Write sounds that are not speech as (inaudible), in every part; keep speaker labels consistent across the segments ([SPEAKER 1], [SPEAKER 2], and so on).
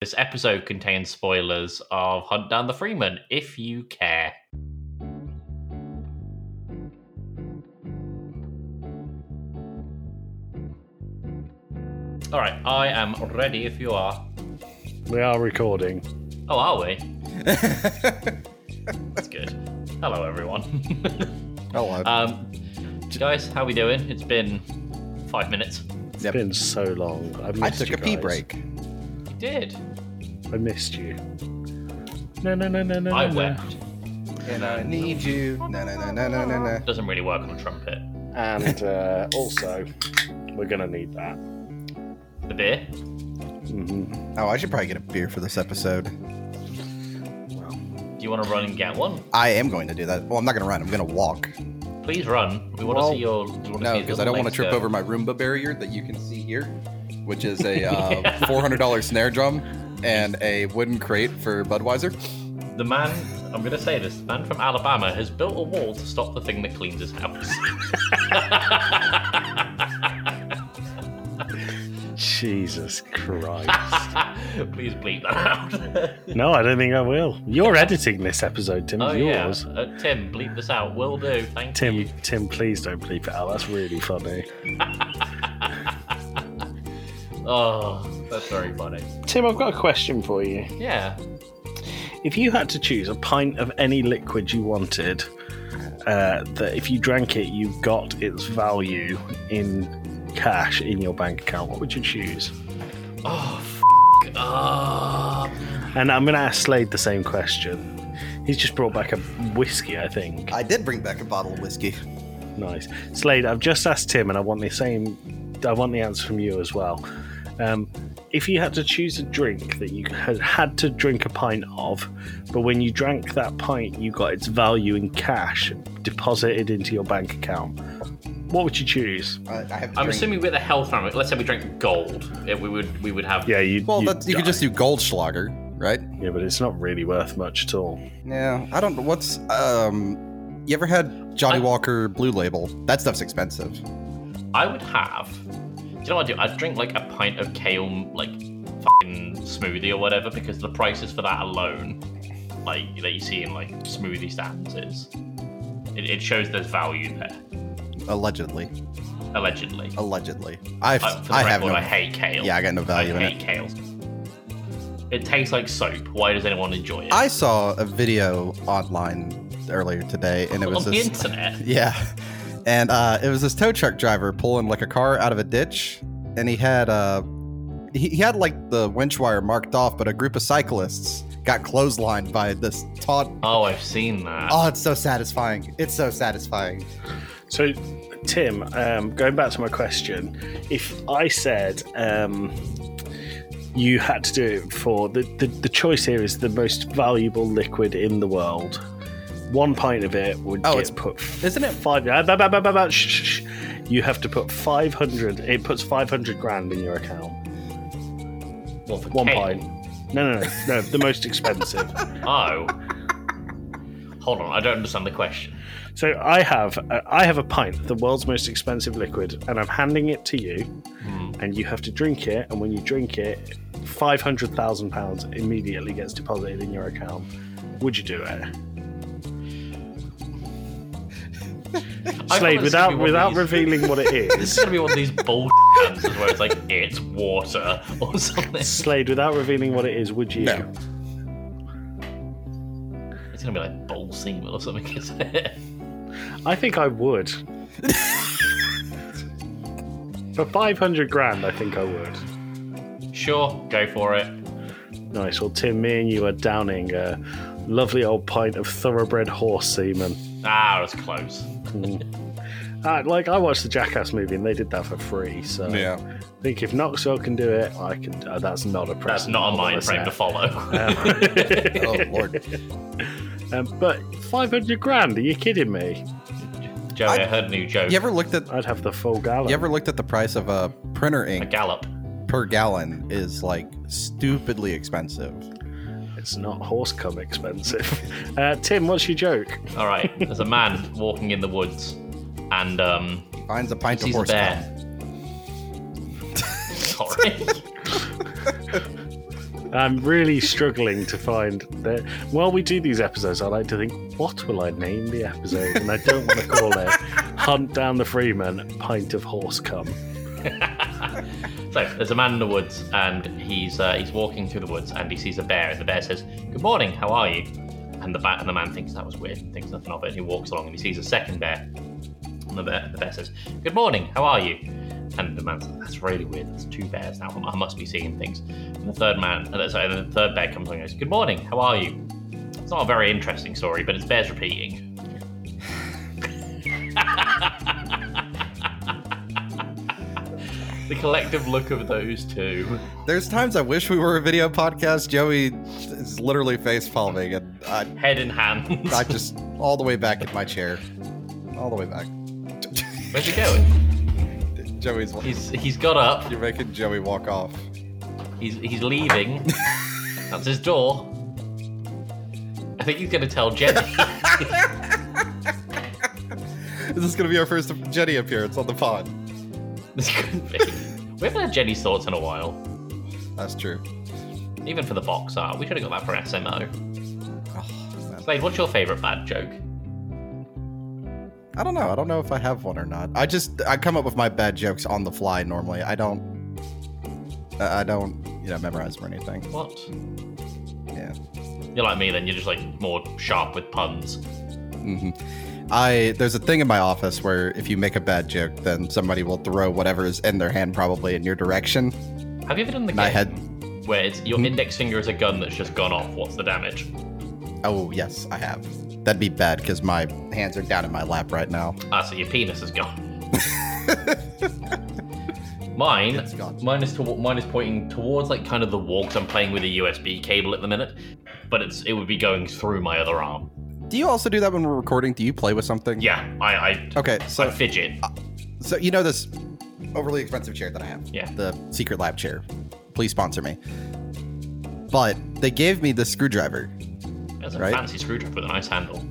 [SPEAKER 1] This episode contains spoilers of Hunt Down the Freeman, if you care. All right, I am ready if you are.
[SPEAKER 2] We are recording.
[SPEAKER 1] Oh, are we? That's good. (laughs) Hello, everyone. (laughs)
[SPEAKER 3] (laughs) Hello.
[SPEAKER 1] um, guys, how we doing? It's been five minutes.
[SPEAKER 2] It's
[SPEAKER 3] Yep.
[SPEAKER 2] been so long. I, missed
[SPEAKER 3] I took
[SPEAKER 2] you
[SPEAKER 3] a pee
[SPEAKER 2] guys.
[SPEAKER 3] break.
[SPEAKER 1] You did.
[SPEAKER 2] I missed you. No, no, no, no, no.
[SPEAKER 1] I
[SPEAKER 2] no.
[SPEAKER 1] wept.
[SPEAKER 3] And I need you. No, no, no, no, no, no, no.
[SPEAKER 1] Doesn't really work on a trumpet.
[SPEAKER 2] And uh, also, we're gonna need that.
[SPEAKER 1] The beer?
[SPEAKER 2] hmm
[SPEAKER 3] Oh, I should probably get a beer for this episode.
[SPEAKER 1] Do you want to run and get one?
[SPEAKER 3] I am going to do that. Well, I'm not going to run. I'm going to walk.
[SPEAKER 1] Please run. We want
[SPEAKER 3] Well,
[SPEAKER 1] to see your. We want to
[SPEAKER 3] No,
[SPEAKER 1] see
[SPEAKER 3] because I don't want to
[SPEAKER 1] uh,
[SPEAKER 3] trip over my Roomba barrier that you can see here, which is a uh, $400 snare drum and a wooden crate for Budweiser.
[SPEAKER 1] The man, I'm going to say this, the man from Alabama has built a wall to stop the thing that cleans his house. (laughs)
[SPEAKER 2] Jesus
[SPEAKER 1] (laughs)
[SPEAKER 2] Christ.
[SPEAKER 1] Please bleep that
[SPEAKER 2] (laughs)
[SPEAKER 1] out.
[SPEAKER 2] no, I don't think I will. You're editing this episode, Tim.
[SPEAKER 1] oh,
[SPEAKER 2] It's
[SPEAKER 1] yeah.
[SPEAKER 2] yours.
[SPEAKER 1] Uh, Tim, bleep this out. Will do. Thank
[SPEAKER 2] Tim,
[SPEAKER 1] you.
[SPEAKER 2] Tim, please don't bleep it out. That's really funny.
[SPEAKER 1] Oh, that's very funny.
[SPEAKER 2] Tim, I've got a question for you.
[SPEAKER 1] Yeah.
[SPEAKER 2] If you had to choose a pint of any liquid you wanted, uh, that if you drank it, you got its value in cash in your bank account, what would you choose?
[SPEAKER 1] Oh, f- up.
[SPEAKER 2] And I'm going to ask Slade the same question. He's just brought back a whiskey, I think.
[SPEAKER 3] I did bring back a bottle of whiskey.
[SPEAKER 2] Nice. Slade, I've just asked Tim, and I want the same. I want the answer from you as well. Um, if you had to choose a drink that you had had to drink a pint of, but when you drank that pint, you got its value in cash deposited into your bank account, what would you choose?
[SPEAKER 3] Uh, I have to
[SPEAKER 1] I'm
[SPEAKER 3] drink-
[SPEAKER 1] assuming with a health ramp, let's say we drank gold, eh, we would we would have.
[SPEAKER 2] Yeah, you.
[SPEAKER 3] Well, that's, you could just do Goldschlager, right?
[SPEAKER 2] Yeah, but it's not really worth much at all.
[SPEAKER 3] Yeah. I don't know. What's. um. You ever had Johnny
[SPEAKER 1] I-
[SPEAKER 3] Walker Blue Label? That stuff's expensive.
[SPEAKER 1] I would have. Do you know what I'd do? I'd drink like a pint of kale, like fucking smoothie or whatever, because the prices for that alone, like that you see in like smoothie stands, is it, it shows there's value there.
[SPEAKER 3] Allegedly.
[SPEAKER 1] Allegedly,
[SPEAKER 3] Allegedly. I've,
[SPEAKER 1] I, Uh, for the
[SPEAKER 3] Oh, I
[SPEAKER 1] record,
[SPEAKER 3] have no.
[SPEAKER 1] I hate kale.
[SPEAKER 3] Yeah, I got no value
[SPEAKER 1] I
[SPEAKER 3] in it.
[SPEAKER 1] hate kale. It tastes like soap. Why does anyone enjoy it?
[SPEAKER 3] I saw a video online earlier today, and it
[SPEAKER 1] on
[SPEAKER 3] was
[SPEAKER 1] the
[SPEAKER 3] this.
[SPEAKER 1] internet.
[SPEAKER 3] (laughs) Yeah, and uh, it was this tow truck driver pulling like a car out of a ditch, and he had uh, he, he had like the winch wire marked off, but a group of cyclists got clotheslined by this taut.
[SPEAKER 1] Oh, I've seen that.
[SPEAKER 2] Ah,
[SPEAKER 3] Oh, it's so satisfying! It's so satisfying.
[SPEAKER 2] So, Tim, um, going back to my question, if I said um, you had to do it for the, the, the choice here is the most valuable liquid in the world, one pint of it would
[SPEAKER 3] Oh,
[SPEAKER 2] get
[SPEAKER 3] it's-
[SPEAKER 2] put. f-
[SPEAKER 3] Isn't it?
[SPEAKER 2] Five. ah, bah, bah, bah, bah, bah, shh, shh, shh. You have to put five hundred. It puts five hundred grand in your account.
[SPEAKER 1] Well, for
[SPEAKER 2] One
[SPEAKER 1] kale.
[SPEAKER 2] pint. No, no, no, no. The most expensive.
[SPEAKER 1] Oh. Hold on, I don't understand the question.
[SPEAKER 2] So I have uh, I have a pint, of the world's most expensive liquid, and I'm handing it to you, and you have to drink it. And when you drink it, five hundred thousand pounds immediately gets deposited in your account. Would you do it,
[SPEAKER 1] I thought
[SPEAKER 2] Slade?
[SPEAKER 1] this was gonna be one
[SPEAKER 2] Without
[SPEAKER 1] of
[SPEAKER 2] without
[SPEAKER 1] these-
[SPEAKER 2] revealing what it
[SPEAKER 1] This (laughs)
[SPEAKER 2] is,
[SPEAKER 1] is gonna be one of these bull (laughs) answers where it's like it's water (laughs) or something. It's
[SPEAKER 2] Slade. Without revealing what it is, would you?
[SPEAKER 3] No.
[SPEAKER 1] gonna be like bull semen or something, isn't it?
[SPEAKER 2] I think I would. For five hundred grand, I think I would.
[SPEAKER 1] Sure, go for it.
[SPEAKER 2] Nice. Well, Tim, me and you are downing a lovely old pint of thoroughbred horse semen.
[SPEAKER 1] Ah, that's close.
[SPEAKER 2] Uh, like I watched the Jackass movie and they did that for free. So
[SPEAKER 3] Yeah.
[SPEAKER 2] I think if Knoxville can do it, I can. Uh, that's not a
[SPEAKER 1] That's
[SPEAKER 2] precedent
[SPEAKER 1] not a
[SPEAKER 2] I wanna
[SPEAKER 1] mind frame to
[SPEAKER 2] set.
[SPEAKER 1] follow.
[SPEAKER 3] Um, Oh Lord.
[SPEAKER 2] Um, but five hundred grand? Are you kidding me?
[SPEAKER 1] (laughs) Joey, I, heard a new joke.
[SPEAKER 3] You ever looked at?
[SPEAKER 2] I'd have the full gallon.
[SPEAKER 3] You ever looked at the price of a printer
[SPEAKER 1] A
[SPEAKER 3] ink
[SPEAKER 1] gallop.
[SPEAKER 3] per gallon is like stupidly expensive.
[SPEAKER 2] It's not horse cum expensive. (laughs) Uh, Tim, what's your joke?
[SPEAKER 1] All right, there's a man walking in the woods, and um,
[SPEAKER 3] Finds a pint of
[SPEAKER 1] sees a
[SPEAKER 3] horse
[SPEAKER 1] bear. Sorry.
[SPEAKER 2] I'm really struggling to find that. While we do these episodes, I like to think, what will I name the episode? And I don't want to call it Hunt Down the Freeman, Pint of Horse Cum.
[SPEAKER 1] So there's a man in the woods, and he's uh, he's walking through the woods, and he sees a bear, and the bear says, "Good morning, how are you?" And the ba- and the man thinks that was weird, and thinks nothing of it, and he walks along, and he sees a second bear, and the bear, the bear says, "Good morning, how are you?" And the man says, "That's really weird. There's two bears now. I must be seeing things." And the third man, uh, sorry, and the third bear comes along and goes, "Good morning, how are you?" It's not a very interesting story, but it's bears repeating. The collective look of those two.
[SPEAKER 3] There's times I wish we were a video podcast. Joey is literally face palming, and I,
[SPEAKER 1] head in hand. (laughs)
[SPEAKER 3] I just all the way back in my chair, all the way back. (laughs)
[SPEAKER 1] Where's he going?
[SPEAKER 3] Joey's. wa-
[SPEAKER 1] He's he's got up.
[SPEAKER 3] You're making Joey walk off.
[SPEAKER 1] He's he's leaving. That's his door. I think he's gonna tell Jenny.
[SPEAKER 3] This is gonna be our first Jenny appearance on the pod.
[SPEAKER 1] this could be. We haven't had Jenny's thoughts in a while.
[SPEAKER 3] That's true.
[SPEAKER 1] Even for the box art, we should have got that for SMO.
[SPEAKER 3] Oh, man.
[SPEAKER 1] Slade, what's your favourite bad joke?
[SPEAKER 3] I don't know. I don't know if I have one or not. I just I come up with my bad jokes on the fly normally. I don't. I I don't you know memorize them or anything.
[SPEAKER 1] What?
[SPEAKER 3] Yeah.
[SPEAKER 1] You're like me then. You're just like more sharp with puns.
[SPEAKER 3] hmm I there's a thing in my office where if you make a bad joke, then somebody will throw whatever is in their hand probably in your direction.
[SPEAKER 1] Have you ever done the
[SPEAKER 3] And I
[SPEAKER 1] game where it's your index finger is a gun that's just gone off? What's the damage?
[SPEAKER 3] Oh yes, I have. That'd be bad because my hands are down in my lap right now.
[SPEAKER 1] Ah, so your penis is
[SPEAKER 3] (laughs)
[SPEAKER 1] gone. mine,
[SPEAKER 3] It's gone.
[SPEAKER 1] mine is to, mine is pointing towards like kind of the wall 'cause I'm playing with a USB cable at the minute, but it's it would be going through my other arm.
[SPEAKER 3] Do you also do that when we're recording? Do you play with something?
[SPEAKER 1] Yeah, I I,
[SPEAKER 3] Okay,
[SPEAKER 1] I
[SPEAKER 3] Oh, so uh,
[SPEAKER 1] fidget.
[SPEAKER 3] so you know this overly expensive chair that I have.
[SPEAKER 1] Yeah.
[SPEAKER 3] The secret lab chair. Please sponsor me. But they gave me this screwdriver.
[SPEAKER 1] That's a
[SPEAKER 3] right.
[SPEAKER 1] fancy screwdriver with a nice handle.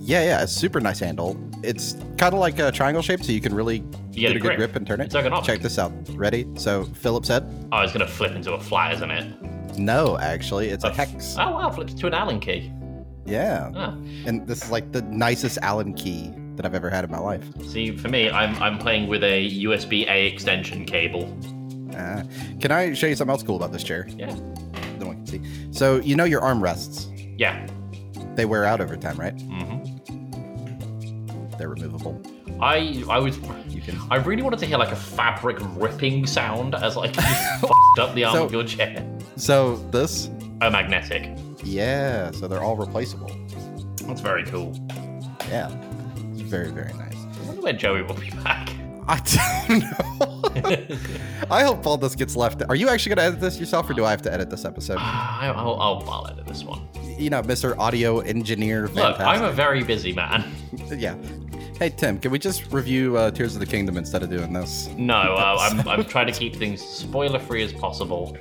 [SPEAKER 3] Yeah, yeah, it's super nice handle. It's kind of like a triangle shape, so you can really
[SPEAKER 1] You get a
[SPEAKER 3] a
[SPEAKER 1] grip.
[SPEAKER 3] good grip and turn it.
[SPEAKER 1] It's ergonomic.
[SPEAKER 3] Check this out. Ready? So Phillips head?
[SPEAKER 1] Oh, it's gonna flip into a flat, isn't it?
[SPEAKER 3] No, actually, it's a
[SPEAKER 1] Oh.
[SPEAKER 3] hex.
[SPEAKER 1] Oh wow, flips to an Allen key.
[SPEAKER 3] Yeah.
[SPEAKER 1] Ah.
[SPEAKER 3] And this is like the nicest Allen key that I've ever had in my life.
[SPEAKER 1] See, for me, I'm I'm playing with a USB A extension cable.
[SPEAKER 3] Uh, can I show you something else cool about this chair?
[SPEAKER 1] Yeah,
[SPEAKER 3] No one can see. So you know your armrests,
[SPEAKER 1] yeah.
[SPEAKER 3] they wear out over time, right?
[SPEAKER 1] hmm
[SPEAKER 3] They're removable.
[SPEAKER 1] I I was
[SPEAKER 3] You can
[SPEAKER 1] I really wanted to hear like a fabric ripping sound as (laughs) like you
[SPEAKER 3] (laughs)
[SPEAKER 1] f***ed up the arm
[SPEAKER 3] So-
[SPEAKER 1] of your chair.
[SPEAKER 3] So this,
[SPEAKER 1] Oh, magnetic.
[SPEAKER 3] yeah. So they're all replaceable.
[SPEAKER 1] That's very cool.
[SPEAKER 3] Yeah, it's very very nice.
[SPEAKER 1] I wonder when Joey will be (laughs) back.
[SPEAKER 3] I don't know. I hope all this gets left. Are you actually going to edit this yourself, or do I have to edit this episode?
[SPEAKER 1] Ah, I, I'll, I'll, I'll edit this one.
[SPEAKER 3] You know, Mister Audio Engineer.
[SPEAKER 1] Look, I'm
[SPEAKER 3] Fantastic.
[SPEAKER 1] a very busy man. (laughs)
[SPEAKER 3] yeah. Hey Tim, can we just review uh, Tears of the Kingdom instead of doing this?
[SPEAKER 1] No, uh, I'm, I'm trying to keep things spoiler free as possible.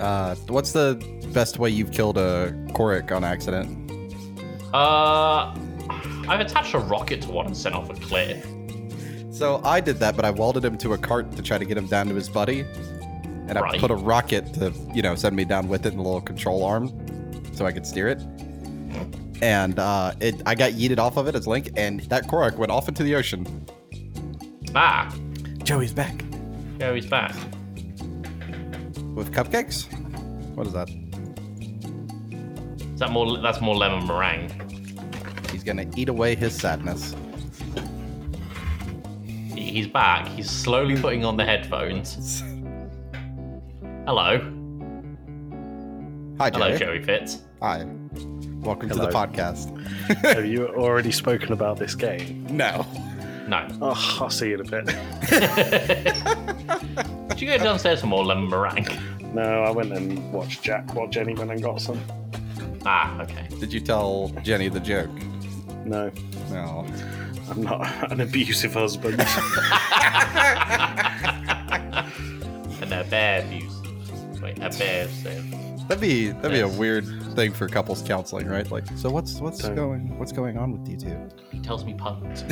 [SPEAKER 3] Uh, what's the best way you've killed a Korik on accident?
[SPEAKER 1] Uh, I've attached a rocket to one and sent off a cliff.
[SPEAKER 3] So I did that, but I welded him to a cart to try to get him down to his buddy, and I
[SPEAKER 1] Right.
[SPEAKER 3] put a rocket to you know send me down with it in the little control arm, so I could steer it. And uh, it, I got yeeted off of it as Link, and that Korok went off into the ocean.
[SPEAKER 1] Ah,
[SPEAKER 3] Joey's back
[SPEAKER 1] Joey's back.
[SPEAKER 3] with cupcakes. What is that?
[SPEAKER 1] Is that more? That's more lemon meringue.
[SPEAKER 3] He's gonna eat away his sadness.
[SPEAKER 1] He- He's back. He's slowly putting on the headphones. Hello,
[SPEAKER 3] Hi, Joey.
[SPEAKER 1] hello, Joey Fitz.
[SPEAKER 3] Hi. Welcome
[SPEAKER 2] Hello.
[SPEAKER 3] to the podcast.
[SPEAKER 2] Have you already spoken about this game?
[SPEAKER 3] No. (laughs)
[SPEAKER 1] No,
[SPEAKER 2] Oh, I'll see you in a bit.
[SPEAKER 1] Did you go downstairs for more lemon meringue?
[SPEAKER 2] No, I went and watched Jack watch Anyone and got some.
[SPEAKER 1] Ah, okay.
[SPEAKER 3] Did you tell Jenny the joke?
[SPEAKER 2] No,
[SPEAKER 3] No.
[SPEAKER 2] I'm not (laughs) an abusive husband.
[SPEAKER 1] (laughs) And a bear views. Wait, a bear says.
[SPEAKER 3] That'd be that'd be a
[SPEAKER 1] Yes.
[SPEAKER 3] weird thing for couples counseling, right? Like, so what's what's
[SPEAKER 2] Don't-
[SPEAKER 3] going what's going on with you two?
[SPEAKER 1] He tells me puns.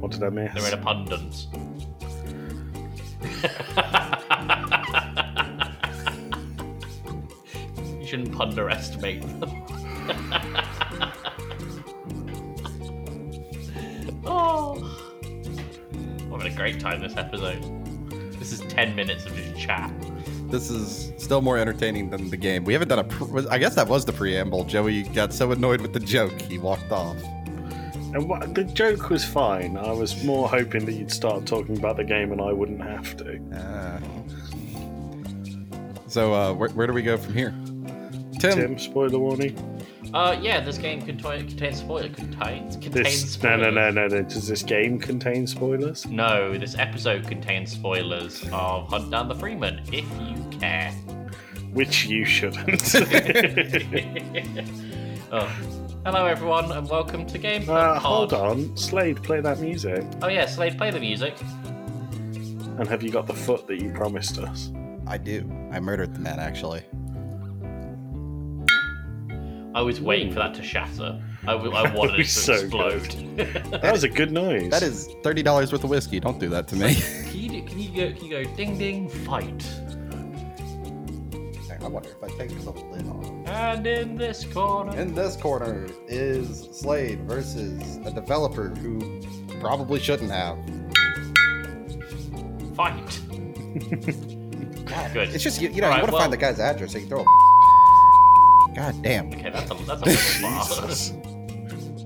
[SPEAKER 2] what did I miss?
[SPEAKER 1] They're in abundance. (laughs) You shouldn't underestimate them. (laughs) oh, I'm having a great time this episode. This is ten minutes of just chat.
[SPEAKER 3] This is still more entertaining than the game. We haven't done a. Pre- I guess that was the preamble. Joey got so annoyed with the joke, he walked off.
[SPEAKER 2] And wha- the joke was fine. I was more hoping that you'd start talking about the game and I wouldn't have to.
[SPEAKER 1] Um,
[SPEAKER 3] Uh, so, uh, where, where do we go from here? Tim,
[SPEAKER 2] Tim, spoiler warning.
[SPEAKER 1] Uh, yeah, this game conti- contains spoiler. Contains contains
[SPEAKER 2] This no, no,
[SPEAKER 1] spoilers.
[SPEAKER 2] no, no, no. Does this game contain spoilers?
[SPEAKER 1] No, this episode contains spoilers of Hunt Down the Freeman, if you care.
[SPEAKER 2] Which
[SPEAKER 1] (laughs)
[SPEAKER 2] you shouldn't. Uh,
[SPEAKER 1] oh. Hello, everyone, and welcome to Game
[SPEAKER 2] uh,
[SPEAKER 3] Ah,
[SPEAKER 1] Pod.
[SPEAKER 2] hold on, Slade, play that music.
[SPEAKER 1] Oh, yeah, Slade, play the music.
[SPEAKER 2] And have you got the foot that you promised us?
[SPEAKER 3] I do. I murdered the man, actually.
[SPEAKER 1] I was waiting for that to shatter. I, w- I
[SPEAKER 3] (laughs)
[SPEAKER 1] wanted it to
[SPEAKER 2] was so
[SPEAKER 1] explode.
[SPEAKER 2] That was
[SPEAKER 1] (laughs)
[SPEAKER 2] a good noise.
[SPEAKER 3] That is thirty dollars worth of whiskey. Don't do that to me.
[SPEAKER 1] can, you, do- can, you go, can you go ding ding, fight?
[SPEAKER 3] (laughs) I wonder if I take the lid off.
[SPEAKER 1] And in this corner.
[SPEAKER 3] In this corner is Slade versus a developer who probably shouldn't have. (laughs)
[SPEAKER 1] fight. Good.
[SPEAKER 3] It's just you, you know
[SPEAKER 1] All right,
[SPEAKER 3] you want to
[SPEAKER 1] well-
[SPEAKER 3] find the guy's address so you can throw. A (laughs) God damn.
[SPEAKER 1] Okay, that's a that's a
[SPEAKER 3] (laughs)
[SPEAKER 1] little far.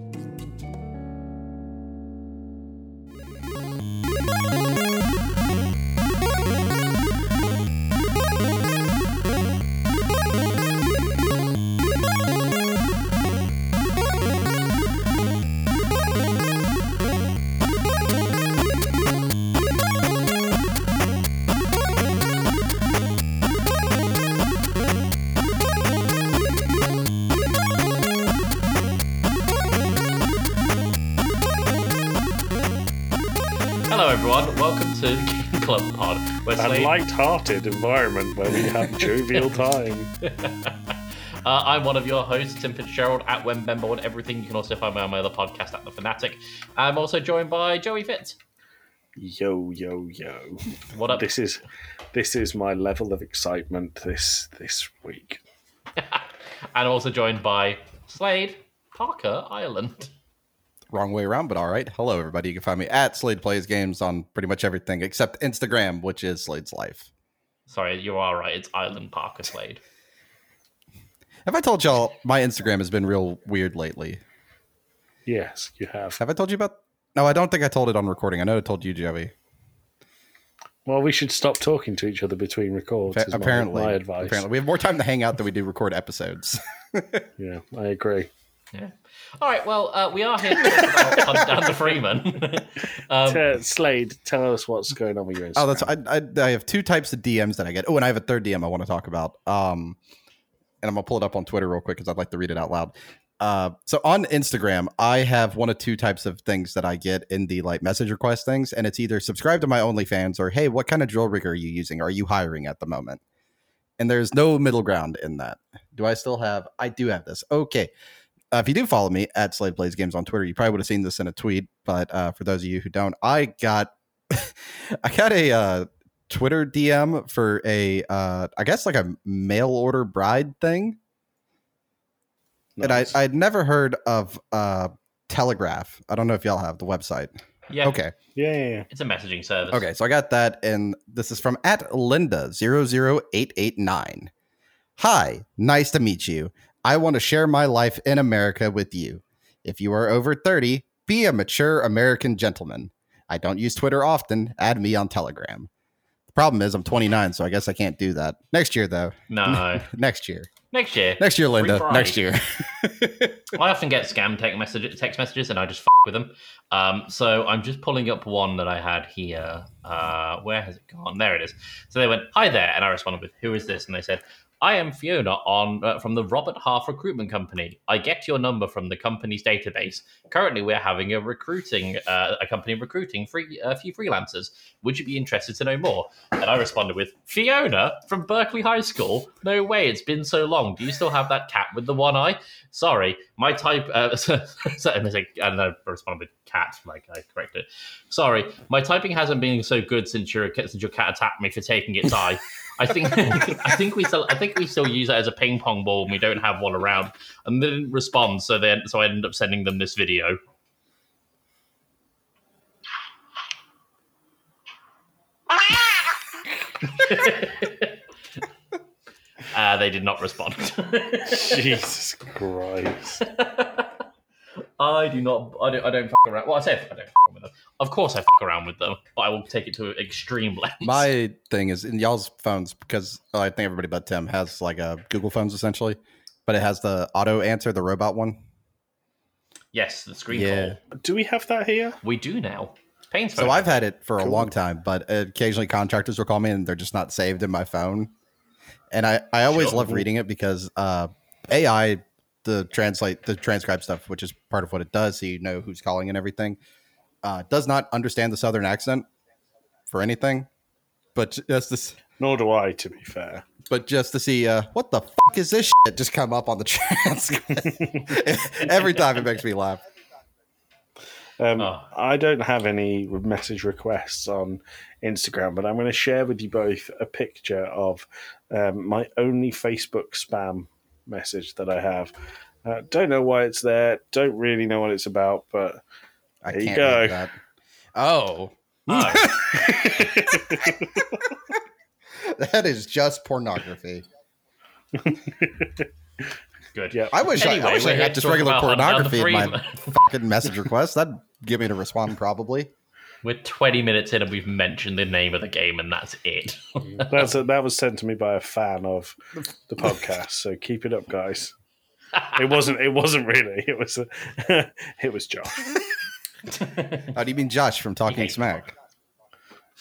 [SPEAKER 1] Hello, everyone. Welcome to Game Club Pod, where
[SPEAKER 2] A
[SPEAKER 1] Slade.
[SPEAKER 2] light-hearted environment where we have
[SPEAKER 1] (laughs)
[SPEAKER 2] jovial time.
[SPEAKER 1] Uh, I'm one of your hosts, Tim Fitzgerald, at Wembembo and everything. You can also find me on my other podcast, at The Fanatic. I'm also joined by Joey Fitz.
[SPEAKER 2] Yo, yo, yo.
[SPEAKER 1] What up?
[SPEAKER 2] This is this is my level of excitement this this week.
[SPEAKER 1] And also joined by Slade Parker Ireland.
[SPEAKER 3] Wrong way around, but all right. Hello, everybody. You can find me at Slade Plays Games on pretty much everything except Instagram, which is Slade's Life.
[SPEAKER 1] Sorry, you are right. It's Ireland Parker Slade.
[SPEAKER 3] Have I told y'all my Instagram has been real weird lately?
[SPEAKER 2] Yes, you have.
[SPEAKER 3] Have I told you about? No, I don't think I told it on recording. I know I told you, Joey.
[SPEAKER 2] Well, we should stop talking to each other between records.
[SPEAKER 3] Fa-
[SPEAKER 2] is my-
[SPEAKER 3] apparently,
[SPEAKER 2] my, advice.
[SPEAKER 3] apparently, we have more time to hang out than we do record episodes.
[SPEAKER 2] Yeah, I agree.
[SPEAKER 1] Yeah. All right, well, uh, we are here to talk about Hunt Down the Freeman. (laughs) um,
[SPEAKER 2] (laughs) T- Slade, tell us what's going on with your Instagram.
[SPEAKER 3] oh, that's I, I. I have two types of DMs that I get. Oh, and I have a third DM I want to talk about. Um, and I'm gonna pull it up on Twitter real quick because I'd like to read it out loud. Uh, so on Instagram, I have one of two types of things that I get in the like message request things, and it's either subscribe to my OnlyFans or hey, what kind of drill rig are you using? Are you hiring at the moment? And there's no middle ground in that. Do I still have? I do have this. Okay. Uh, if you do follow me at Slave Plays Games on Twitter, you probably would have seen this in a tweet. But uh, for those of you who don't, I got, I got a uh, Twitter DM for a, uh, I guess like a mail order bride thing and I,
[SPEAKER 2] Nice.
[SPEAKER 3] I'd never heard of uh, Telegraph. I don't know if y'all have the website.
[SPEAKER 1] yeah,
[SPEAKER 3] Okay.
[SPEAKER 2] yeah, yeah, yeah.
[SPEAKER 1] it's a messaging service.
[SPEAKER 3] Okay. So I got that. And this is from at Linda00889. Hi. Nice to meet you. I want to share my life in America with you. If you are over 30, be a mature American gentleman. I don't use Twitter often. Add me on Telegram. The problem is I'm 29, so I guess I can't do that. Next year, though. (laughs)
[SPEAKER 1] No.
[SPEAKER 3] Next year.
[SPEAKER 1] Next year.
[SPEAKER 3] Next year, Linda.
[SPEAKER 1] bride.
[SPEAKER 3] Next year.
[SPEAKER 1] I often get scam text messages, text messages, and I just f- with them. Um, so I'm just pulling up one that I had here. Uh, where has it gone? There it is. So they went, "Hi there," and I responded with, "Who is this?" And they said, "I am Fiona on uh, from the Robert Half Recruitment Company. I get your number from the company's database. Currently, we're having a recruiting uh, a company recruiting free a few freelancers. Would you be interested to know more?" And I responded with, "Fiona from Berkeley High School. No way, it's been so long. Do you still have that cat with the one eye?" sorry, my type. Uh, (laughs) so, so- and they say, and I responded with cat, like I corrected. Sorry, my typing hasn't been so good since your since your cat attacked me for taking its eye. I think (laughs) I think we still I think we still use it as a ping pong ball and we don't have one around. And they didn't respond, so then so I ended up sending them this video. (laughs) uh, they did not respond. (laughs)
[SPEAKER 2] (laughs) Jesus Christ.
[SPEAKER 1] I do not. I don't. I don't fuck around. Well, I say I don't fuck with them. Of course, I fuck around with them, but I will take it to an extreme (laughs) length.
[SPEAKER 3] My thing is in y'all's phones because uh, I think everybody but Tim has like a Google Phones essentially, but it has the auto answer, the robot one.
[SPEAKER 1] yes, the screen
[SPEAKER 3] Yeah.
[SPEAKER 1] call.
[SPEAKER 2] Do we have that here?
[SPEAKER 1] We do now. It's painful.
[SPEAKER 3] So I've had it for a
[SPEAKER 2] Cool.
[SPEAKER 3] long time, but occasionally contractors will call me and they're just not saved in my phone. And I, I always
[SPEAKER 1] Sure.
[SPEAKER 3] love reading it because uh, AI, the translate, the transcribe stuff, which is part of what it does, so you know who's calling and everything, uh, does not understand the Southern accent for anything. But just this,
[SPEAKER 2] Nor do I, to be fair.
[SPEAKER 3] but just to see uh, what the f- is this shit just come up on the (laughs) transcript every time it makes me laugh.
[SPEAKER 2] Um,
[SPEAKER 1] Oh.
[SPEAKER 2] I don't have any message requests on Instagram, but I'm going to share with you both a picture of um, my only Facebook spam message that I have. Uh, don't know why it's there. Don't really know what it's about, but
[SPEAKER 3] I
[SPEAKER 2] There you
[SPEAKER 3] can't
[SPEAKER 2] go.
[SPEAKER 3] read that. Oh,
[SPEAKER 1] (laughs) Oh,
[SPEAKER 3] (laughs) that is just pornography.
[SPEAKER 1] good.
[SPEAKER 2] yeah.
[SPEAKER 3] I wish I,
[SPEAKER 1] Anyway,
[SPEAKER 3] I wish I
[SPEAKER 1] we're here
[SPEAKER 3] had
[SPEAKER 1] to
[SPEAKER 3] just
[SPEAKER 1] talk
[SPEAKER 3] regular
[SPEAKER 1] about another
[SPEAKER 3] pornography in my (laughs)
[SPEAKER 1] Freeman.
[SPEAKER 3] fucking message request. That'd give me to respond probably.
[SPEAKER 1] We're 20 minutes in and we've mentioned the name of the game and that's it.
[SPEAKER 2] (laughs)
[SPEAKER 3] (laughs)
[SPEAKER 2] That's that was sent to me by a fan of the podcast. So keep it up, guys. It wasn't. It wasn't really. It was. (laughs) A, it was Josh.
[SPEAKER 3] How do you mean Josh from Talking
[SPEAKER 1] Yeah.
[SPEAKER 3] Smack?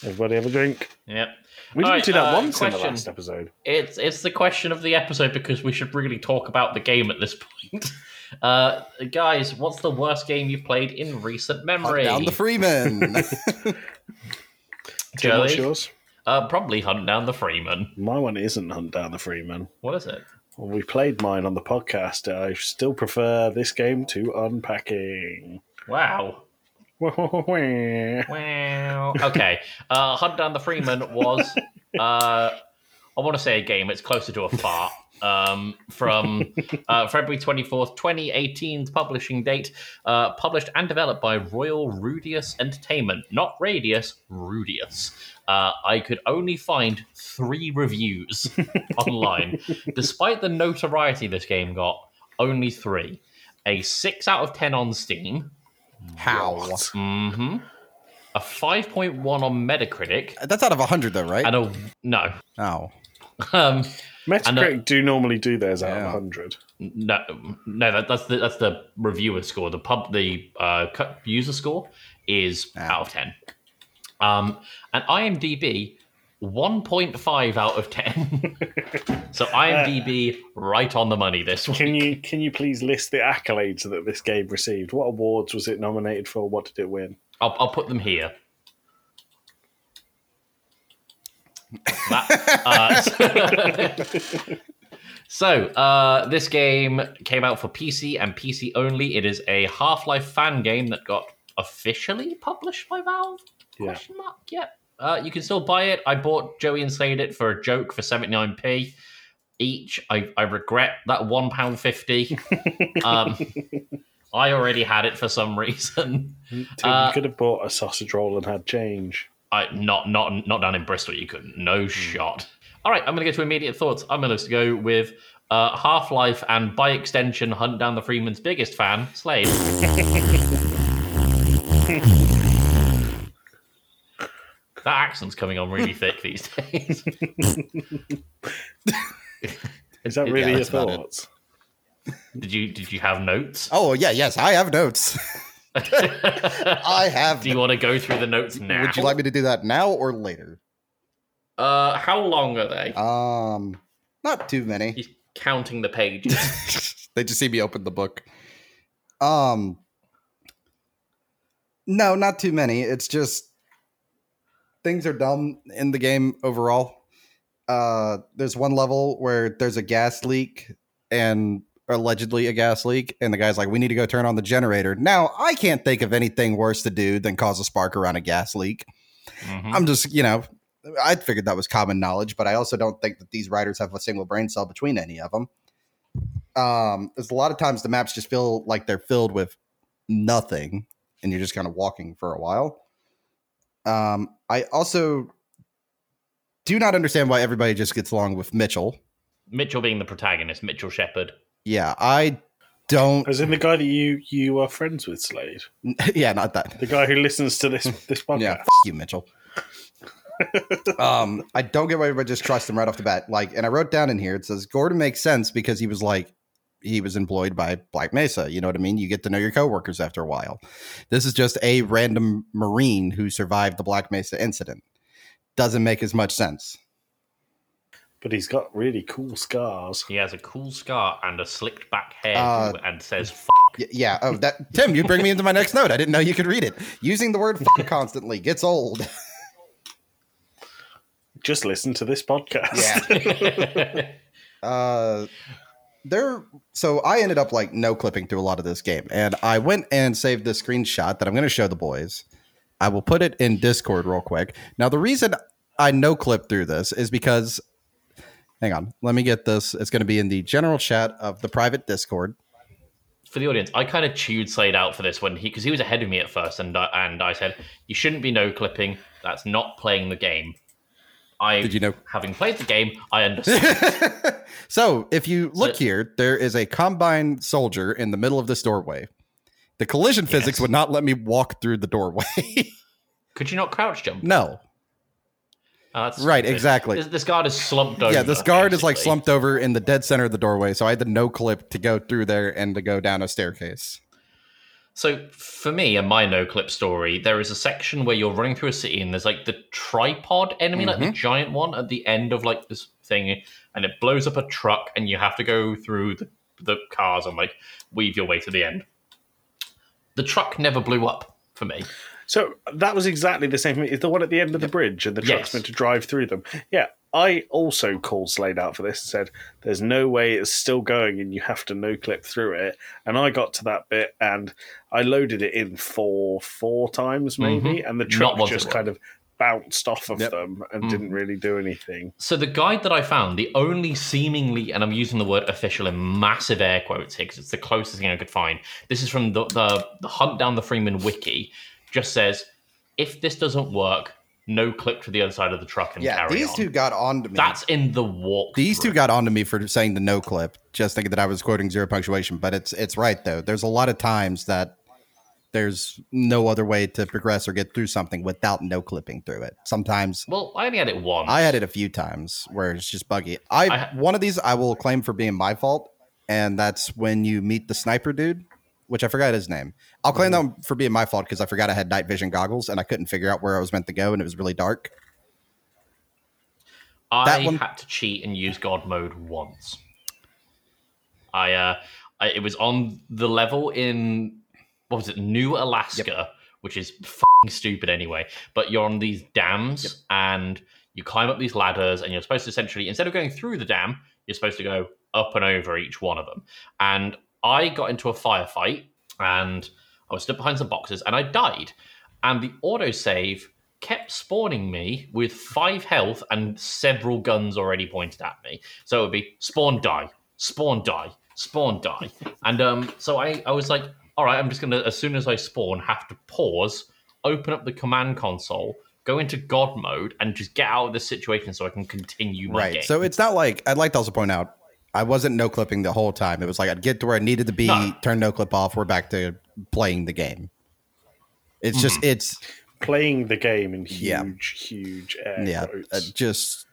[SPEAKER 2] Everybody have a drink.
[SPEAKER 1] yep.
[SPEAKER 2] We didn't
[SPEAKER 1] All right,
[SPEAKER 2] do that
[SPEAKER 1] uh,
[SPEAKER 2] once in the
[SPEAKER 1] question.
[SPEAKER 2] last episode.
[SPEAKER 1] It's it's the question of the episode because we should really talk about the game at this point. (laughs) Uh, guys, what's the worst game you've played in recent
[SPEAKER 3] Hunt
[SPEAKER 1] memory?
[SPEAKER 3] down the
[SPEAKER 1] (laughs)
[SPEAKER 3] Freeman.
[SPEAKER 2] Tim, what's
[SPEAKER 1] Joey?
[SPEAKER 2] yours?
[SPEAKER 1] uh, probably Hunt Down the Freeman.
[SPEAKER 2] My one isn't Hunt Down the Freeman.
[SPEAKER 1] What is it?
[SPEAKER 2] Well, we played mine on the podcast. I still prefer this game to unpacking. (laughs)
[SPEAKER 1] Wow.
[SPEAKER 2] Wah-wah-wah-wah.
[SPEAKER 1] Wow. Okay. Uh, Hunt Down the Freeman was, uh, I want to say a game. It's closer to a fart. Um, from uh, February 24th, 2018's publishing date. Uh, published and developed by Royal Rudius Entertainment. Not Radius, Rudius. Uh, I could only find three reviews online. Despite the notoriety this game got, only three. A 6 out of 10 on Steam.
[SPEAKER 3] How?
[SPEAKER 1] Mm-hmm. A 5.1 on Metacritic.
[SPEAKER 3] That's out of hundred though, right?
[SPEAKER 1] And a no. (laughs)
[SPEAKER 3] Oh,
[SPEAKER 1] Um And, uh,
[SPEAKER 2] Metacritic do normally do theirs out of
[SPEAKER 3] Yeah.
[SPEAKER 2] 100.
[SPEAKER 1] no no that, that's the that's the reviewer score. The pub the uh cu- user score is
[SPEAKER 3] Ah.
[SPEAKER 1] out of 10. Um and IMDb 1.5 out of 10. (laughs) so IMDb right on the money this one.
[SPEAKER 2] Can you can you please list the accolades that this game received? What awards was it nominated for? What did it win?
[SPEAKER 1] I'll, I'll put them here. That- uh, (laughs) so, uh, this game came out for PC and PC only. It is a Half Life fan game that got officially published by Valve.
[SPEAKER 2] Yeah.
[SPEAKER 1] Question mark? Yep. Uh, you can still buy it. I bought Joey and Slade it for a joke for 79p each. I, I regret that £1.50. um, I already had it for some reason.
[SPEAKER 2] Tim,
[SPEAKER 1] Uh,
[SPEAKER 2] you could have bought a sausage roll and had change.
[SPEAKER 1] I not not not down in Bristol. You couldn't. No shot. All right, I'm going to go to immediate thoughts. I'm going to go with uh, Half Life and by extension, hunt down the Freeman's biggest fan, Slade. that accent's coming on really thick these days.
[SPEAKER 2] Is that
[SPEAKER 1] Yeah,
[SPEAKER 2] really your
[SPEAKER 3] that's about it.
[SPEAKER 2] thoughts?
[SPEAKER 1] Did you did you have notes?
[SPEAKER 3] oh yeah, yes, I have notes. (laughs) I have.
[SPEAKER 1] Do you want to go through the notes now?
[SPEAKER 3] Would you like me to do that now or later?
[SPEAKER 1] Uh, how long are they?
[SPEAKER 3] Um, not too many.
[SPEAKER 1] He's counting the pages.
[SPEAKER 3] (laughs) they just see me open the book. Um, no, not too many. It's just things are dumb in the game overall. Uh, there's one level where there's a gas leak and allegedly a gas leak, and the guy's like, "We need to go turn on the generator." Now, I can't think of anything worse to do than cause a spark around a gas leak.
[SPEAKER 1] Mhm.
[SPEAKER 3] I'm just, you know, I figured that was common knowledge, but I also don't think that these writers have a single brain cell between any of them. Um, there's a lot of times the maps just feel like they're filled with nothing, and you're just kind of walking for a while. Um, I also do not understand why everybody just gets along with Mitchell.
[SPEAKER 1] Mitchell being the protagonist, Mitchell Shepard.
[SPEAKER 3] Yeah, I don't. (laughs)
[SPEAKER 2] As in the guy that you you are friends with, Slade,
[SPEAKER 3] Yeah, not that.
[SPEAKER 2] the guy who listens to this this podcast.
[SPEAKER 3] Yeah, f- you, Mitchell. um, I don't get why everybody just trusts him right off the bat. Like, and I wrote down in here it says Gordon makes sense because he was like he was employed by Black Mesa. You know what I mean? You get to know your coworkers after a while. This is just a random Marine who survived the Black Mesa incident. Doesn't make as much sense.
[SPEAKER 2] But he's got really cool scars.
[SPEAKER 1] He has a cool scar and a slicked back hair
[SPEAKER 3] Uh,
[SPEAKER 1] and says, F-
[SPEAKER 3] Y- yeah. Oh, that Tim, you bring me into my next note. I didn't know you could read it. Using the word f- constantly gets old.
[SPEAKER 2] Just listen to this podcast.
[SPEAKER 3] (laughs) Yeah. Uh, there so I ended up like no clipping through a lot of this game and I went and saved the screenshot that I'm going to show the boys. I will put it in Discord real quick. Now the reason I no clip through this is because hang on, let me get this. It's going to be in the general chat of the private Discord.
[SPEAKER 1] (laughs) for the audience, I kind of chewed Slade out for this when he because he was ahead of me at first, and I, and I said you shouldn't be no clipping. That's not playing the game. I
[SPEAKER 3] Did you know? (laughs)
[SPEAKER 1] having played the game, I understand.
[SPEAKER 3] so if you look
[SPEAKER 1] So-
[SPEAKER 3] here, there is a combine soldier in the middle of this doorway. The collision physics would not let me walk through the doorway. (laughs)
[SPEAKER 1] Could you not crouch jump?
[SPEAKER 3] no.
[SPEAKER 1] Oh, that's
[SPEAKER 3] Right,
[SPEAKER 1] stupid.
[SPEAKER 3] exactly.
[SPEAKER 1] This, this guard is slumped over.
[SPEAKER 3] Yeah, this guard is like
[SPEAKER 1] basically.
[SPEAKER 3] slumped over in the dead center of the doorway, so I had the no clip to go through there and to go down a staircase.
[SPEAKER 1] So for me and my no clip story, there is a section where you're running through a city and there's like the tripod enemy, like the giant one at the end of like this thing, and it blows up a truck and you have to go through the, the cars and like weave your way to the end. The truck never blew up for me.
[SPEAKER 2] So that was exactly the same for me. It's the one at the end of the bridge and the truck's
[SPEAKER 1] Yes.
[SPEAKER 2] meant to drive through them. Yeah. I also called Slade out for this and said, There's no way it's still going and you have to no clip through it. And I got to that bit and I loaded it in four four times
[SPEAKER 3] Mm-hmm.
[SPEAKER 2] maybe and the truck
[SPEAKER 1] once it
[SPEAKER 2] just
[SPEAKER 1] worked.
[SPEAKER 2] kind of bounced off of
[SPEAKER 3] Yep. Mm.
[SPEAKER 2] them and didn't really do anything.
[SPEAKER 1] So the guide that I found, the only seemingly, and I'm using the word official in massive air quotes here because it's the closest thing I could find. This is from the, the the Hunt Down the Freeman wiki. Just says if this doesn't work, no clip to the other side of the truck and
[SPEAKER 3] Yeah,
[SPEAKER 1] carry
[SPEAKER 3] these
[SPEAKER 1] on.
[SPEAKER 3] two got onto me.
[SPEAKER 1] That's in the walk.
[SPEAKER 3] these two got onto me for saying the no clip, just thinking that I was quoting zero punctuation, but it's it's right though. There's a lot of times that there's no other way to progress or get through something without no clipping through it. Sometimes
[SPEAKER 1] Well, I only had it once.
[SPEAKER 3] I had it a few times where it's just buggy. I,
[SPEAKER 1] I ha-
[SPEAKER 3] one of these I will claim for being my fault, and that's when you meet the sniper dude, which I forgot his name. I'll claim that for being my fault because I forgot I had night vision goggles and I couldn't figure out where I was meant to go, and it was really dark.
[SPEAKER 1] I
[SPEAKER 3] That one-
[SPEAKER 1] had to cheat and use God mode once. I, uh, I it was on the level in what was it, New Alaska, which is fing stupid anyway. But you're on these dams and you climb up these ladders, and you're supposed to essentially instead of going through the dam, you're supposed to go up and over each one of them. And I got into a firefight, and I was stood behind some boxes, and I died. And the autosave kept spawning me with five health and several guns already pointed at me. So it would be spawn die, spawn die, spawn die. And um, so I, I was like, all right, I'm just gonna as soon as I spawn, have to pause, open up the command console, go into God mode, and just get out of this situation so I can continue my
[SPEAKER 3] Right.
[SPEAKER 1] game.
[SPEAKER 3] So it's not like I'd like to also point out I wasn't no clipping the whole time. It was like I'd get to where I needed to be,
[SPEAKER 1] No.
[SPEAKER 3] turn no clip off, we're back to playing the game. It's just it's
[SPEAKER 2] Playing the game in huge,
[SPEAKER 3] Yeah.
[SPEAKER 2] huge air
[SPEAKER 3] yeah,
[SPEAKER 2] quotes.
[SPEAKER 3] uh, just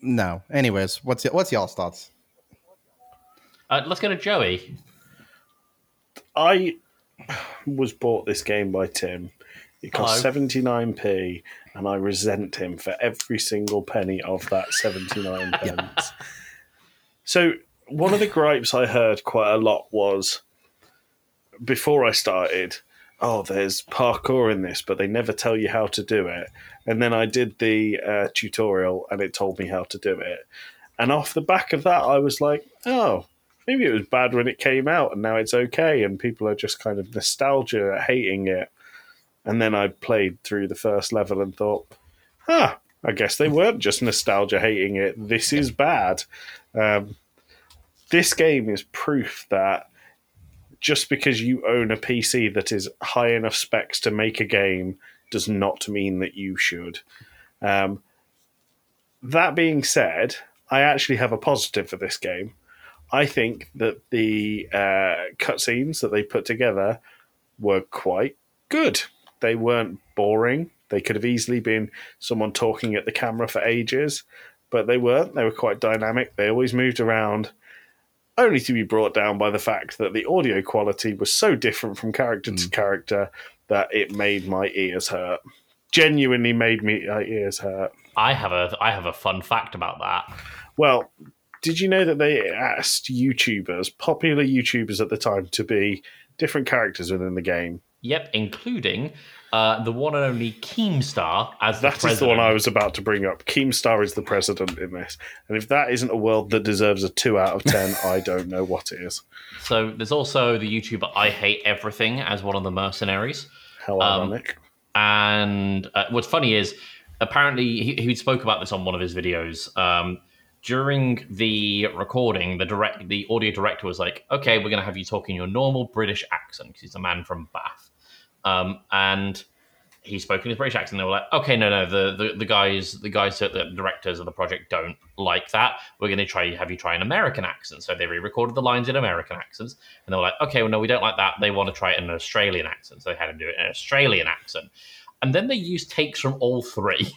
[SPEAKER 3] no. Anyways, what's y- what's y'all's thoughts?
[SPEAKER 1] uh, let's go to Joey.
[SPEAKER 2] I was bought this game by Tim. It cost
[SPEAKER 1] Hello.
[SPEAKER 2] 79p, and I resent him for every single penny of that 79 pence. so, one of the gripes I heard quite a lot was before I started, oh, there's parkour in this, but they never tell you how to do it. And then I did the uh, tutorial, and it told me how to do it. And off the back of that, I was like, oh, maybe it was bad when it came out and now it's okay and people are just kind of nostalgia hating it and then i played through the first level and thought huh, I guess they weren't just nostalgia hating it. This is bad. Um, this game is proof that just because you own a PC that is high enough specs to make a game does not mean that you should. Um, that being said, I actually have a positive for this game. I think that the uh, cutscenes that they put together were quite good. They weren't boring. They could have easily been someone talking at the camera for ages, but they weren't. They were quite dynamic. They always moved around, only to be brought down by the fact that the audio quality was so different from character to character that it made my ears hurt. Genuinely made me my ears hurt.
[SPEAKER 1] I have a I have a fun fact about that.
[SPEAKER 2] Well, did you know that they asked YouTubers, popular YouTubers at the time, to be different characters within the game?
[SPEAKER 1] Yep, including uh, the one and only Keemstar as the
[SPEAKER 2] That is
[SPEAKER 1] president.
[SPEAKER 2] the one I was about to bring up. Keemstar is the president in this. And if that isn't a world that deserves a 2 out of 10,
[SPEAKER 1] (laughs)
[SPEAKER 2] I don't know what it is.
[SPEAKER 1] So there's also the YouTuber I Hate Everything as one of the mercenaries.
[SPEAKER 2] How
[SPEAKER 1] Um,
[SPEAKER 2] ironic.
[SPEAKER 1] And uh, what's funny is apparently he, he spoke about this on one of his videos. Um, during the recording, the direct the audio director was like, "Okay, we're gonna have you talk in your normal British accent because he's a man from Bath," um, and he spoke in his British accent. They were like, "Okay, no, no, the the, the guys the guys at the directors of the project don't like that. We're gonna try have you try an American accent." So they re-recorded the lines in American accents, and they were like, "Okay, well, no, we don't like that. They want to try it in an Australian accent." So they had him do it in an Australian accent, and then they used takes from all three.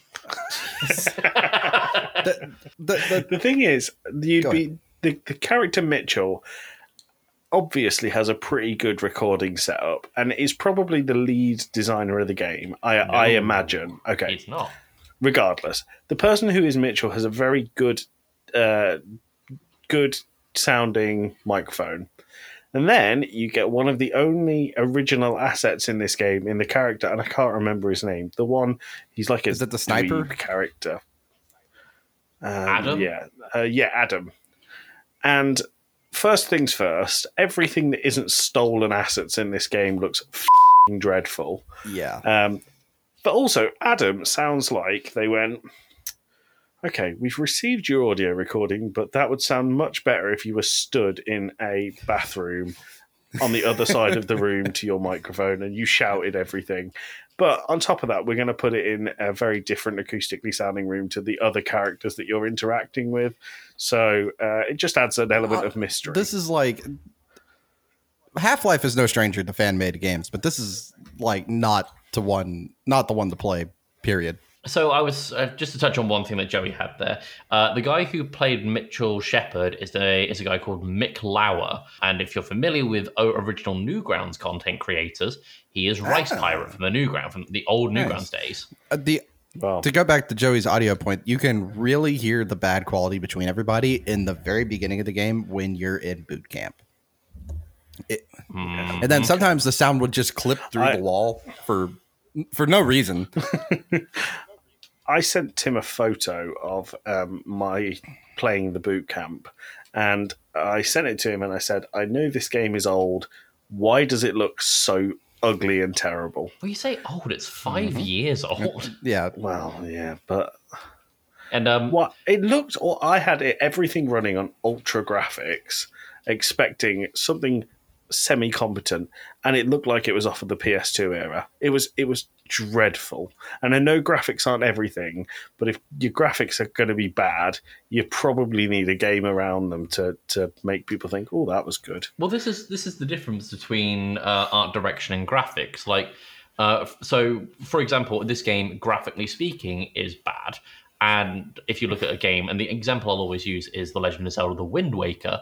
[SPEAKER 3] The, the,
[SPEAKER 2] (laughs) The thing is, you'd
[SPEAKER 3] Go
[SPEAKER 2] be the, the character Mitchell obviously has a pretty good recording setup and is probably the lead designer of the game. I I
[SPEAKER 1] No.
[SPEAKER 2] imagine. Okay.
[SPEAKER 1] it's not.
[SPEAKER 2] regardless, the person who is Mitchell has a very good, uh, good sounding microphone. And then you get one of the only original assets in this game in the character, and I can't remember his name. The one he's like a
[SPEAKER 3] Is it the sniper?
[SPEAKER 2] dweeb character? Um,
[SPEAKER 1] Adam?
[SPEAKER 2] Yeah, uh, yeah, Adam. And first things first, everything that isn't stolen assets in this game looks fing dreadful.
[SPEAKER 3] yeah.
[SPEAKER 2] Um, but also, Adam sounds like they went, okay, we've received your audio recording, but that would sound much better if you were stood in a bathroom on the other side of the room to your microphone and you shouted everything. But on top of that, we're going to put it in a very different acoustically sounding room to the other characters that you're interacting with. So uh, it just adds an element
[SPEAKER 3] Uh,
[SPEAKER 2] of mystery.
[SPEAKER 3] This is like Half Life is no stranger to fan made games, but this is like not to one, not the one to play. Period.
[SPEAKER 1] So I was uh, just to touch on one thing that Joey had there. Uh, the guy who played Mitchell Shepard is a is a guy called Mick Lauer, and if you're familiar with o- original Newgrounds content creators, he is Rice
[SPEAKER 3] Ah.
[SPEAKER 1] Pirate from the Newground from the old
[SPEAKER 3] Nice.
[SPEAKER 1] Newgrounds days.
[SPEAKER 3] Uh, the
[SPEAKER 2] Well,
[SPEAKER 3] to go back to Joey's audio point, you can really hear the bad quality between everybody in the very beginning of the game when you're in boot camp. It,
[SPEAKER 1] Mm.
[SPEAKER 3] and then sometimes the sound would just clip through
[SPEAKER 2] I-
[SPEAKER 3] the wall for for no reason.
[SPEAKER 2] I sent Tim a photo of um, my playing the boot camp, and I sent it to him and I said, "I know this game is old. Why does it look so ugly and terrible?"
[SPEAKER 1] Well, you say old; it's 5
[SPEAKER 3] Mm-hmm.
[SPEAKER 1] years
[SPEAKER 3] (laughs)
[SPEAKER 1] old.
[SPEAKER 3] yeah,
[SPEAKER 2] Well, yeah, but
[SPEAKER 1] And um,
[SPEAKER 2] what it looked, or I had it, everything running on ultra graphics, expecting something semi-competent, and it looked like it was off of the PS2 era. It was it was dreadful. And I know graphics aren't everything, but if your graphics are going to be bad, you probably need a game around them to to make people think, "Oh, that was good."
[SPEAKER 1] Well, this is this is the difference between uh, art direction and graphics. Like, uh, f- so for example, this game, graphically speaking, is bad. And if you look at a game, and the example I'll always use is The Legend of Zelda: The Wind Waker,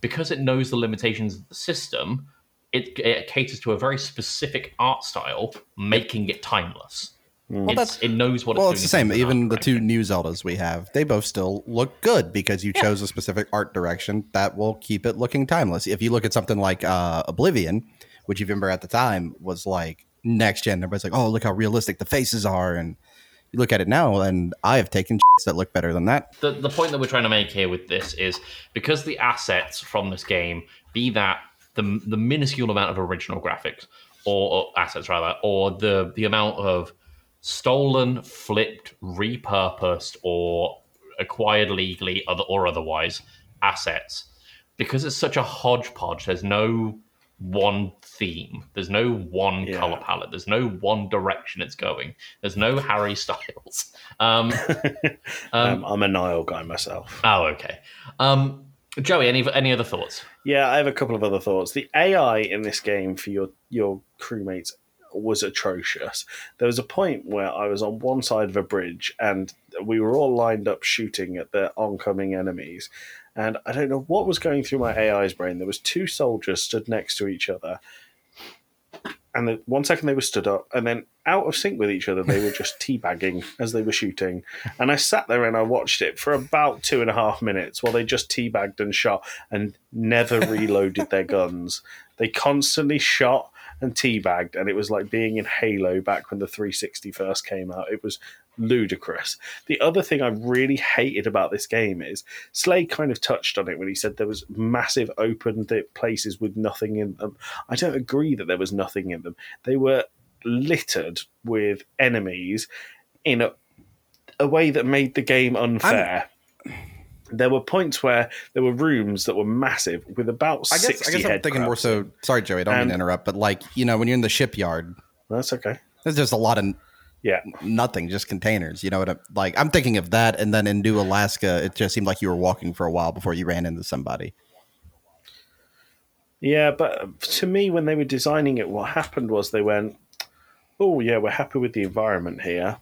[SPEAKER 1] because it knows the limitations of the system, it, it caters to a very specific art style, making it timeless. It's-
[SPEAKER 3] that's-
[SPEAKER 1] it knows what.
[SPEAKER 3] well,
[SPEAKER 1] it's,
[SPEAKER 3] it's the
[SPEAKER 1] doing in terms
[SPEAKER 3] same.
[SPEAKER 1] of
[SPEAKER 3] Even
[SPEAKER 1] art
[SPEAKER 3] the two
[SPEAKER 1] direction.
[SPEAKER 3] new Zeldas we have, they both still look good because you chose a specific art direction that will keep it looking timeless. If you look at something like uh, Oblivion, which you remember at the time was like next gen, everybody's like, "Oh, look how realistic the faces are," and you look at it now, and I have taken that look better than that.
[SPEAKER 1] the, the point that we're trying to make here with this is because the assets from this game be that the, the minuscule amount of original graphics or, or assets rather or the the amount of stolen, flipped, repurposed, or acquired legally other or otherwise assets. Because it's such a hodgepodge, there's no one theme. There's no one
[SPEAKER 2] Yeah.
[SPEAKER 1] color palette. There's no one direction it's going. There's no Harry Styles. Um, um,
[SPEAKER 2] Um, I'm a Nile guy myself.
[SPEAKER 1] oh, okay. Um, Joey, any any other thoughts?
[SPEAKER 2] Yeah, I have a couple of other thoughts. The AI in this game for your your crewmates was atrocious. There was a point where I was on one side of a bridge and we were all lined up shooting at the oncoming enemies. And I don't know what was going through my AI's brain. There was two soldiers stood next to each other. And the, one second they were stood up, and then out of sync with each other, they were just (laughs) teabagging as they were shooting. And I sat there and I watched it for about two and a half minutes while they just teabagged and shot and never reloaded their guns. They constantly shot and teabagged, and it was like being in Halo back when the 360 first came out. It was ludicrous. The other thing I really hated about this game is Slade kind of touched on it when he said there was massive open th- places with nothing in them. I don't agree that there was nothing in them. They were littered with enemies in a, a way that made the game unfair. There were points where there were rooms that were massive with about
[SPEAKER 3] I guess,
[SPEAKER 2] 60
[SPEAKER 3] I guess I'm
[SPEAKER 2] head
[SPEAKER 3] thinking more
[SPEAKER 2] crabs.
[SPEAKER 3] so. Sorry, Joey, I don't mean
[SPEAKER 2] And-
[SPEAKER 3] to interrupt, but like, you know, when you're in the shipyard,
[SPEAKER 2] That's okay.
[SPEAKER 3] there's just a lot of
[SPEAKER 2] Yeah.
[SPEAKER 3] nothing, just containers. You know what I'm like? I'm thinking of that. And then in New Alaska, it just seemed like you were walking for a while before you ran into somebody.
[SPEAKER 2] Yeah, but to me, when they were designing it, what happened was they went, "Oh yeah, we're happy with the environment here."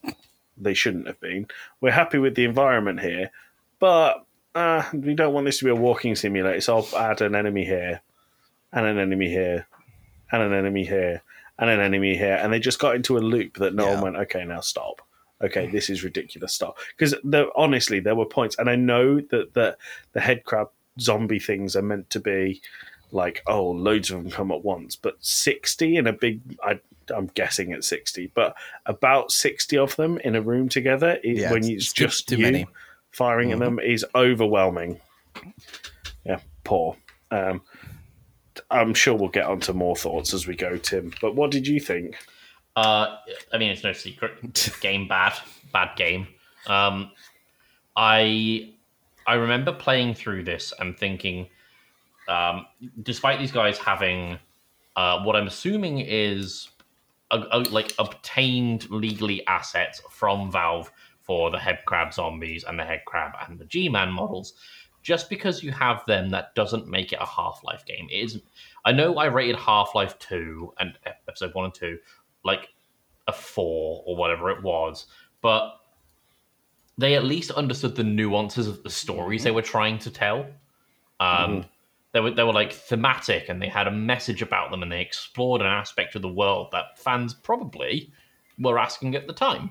[SPEAKER 2] They shouldn't have been. We're happy with the environment here, but uh, we don't want this to be a walking simulator. So I'll add an enemy here, and an enemy here, and an enemy here, and an enemy here, and they just got into a loop that no
[SPEAKER 3] Yeah.
[SPEAKER 2] one went, "Okay, now stop." Okay, this is ridiculous stuff. Because honestly, there were points, and I know that the, the head crab zombie things are meant to be like oh loads of them come at once but 60 in a big I, i'm guessing at 60 but about 60 of them in a room together i-
[SPEAKER 3] Yeah,
[SPEAKER 2] when
[SPEAKER 3] it's-
[SPEAKER 2] it's,
[SPEAKER 3] it's too-
[SPEAKER 2] just
[SPEAKER 3] too
[SPEAKER 2] you
[SPEAKER 3] many. Mm-hmm.
[SPEAKER 2] firing at them is overwhelming yeah poor um i'm sure we'll get onto more thoughts as we go tim but what did you think
[SPEAKER 1] Uh, I mean, it's no secret. Game bad, bad game. Um, I I remember playing through this and thinking, um, despite these guys having uh, what I'm assuming is a, a- like obtained legally assets from Valve for the head crab zombies and the head crab and the G-man models. Just because you have them, that doesn't make it a Half-Life game. It is. I know I rated Half-Life Two and Episode One and Two like a four or whatever it was, but they at least understood the nuances of the stories they were trying to tell. Um, They were they were like thematic, and they had a message about them, and they explored an aspect of the world that fans probably were asking at the time.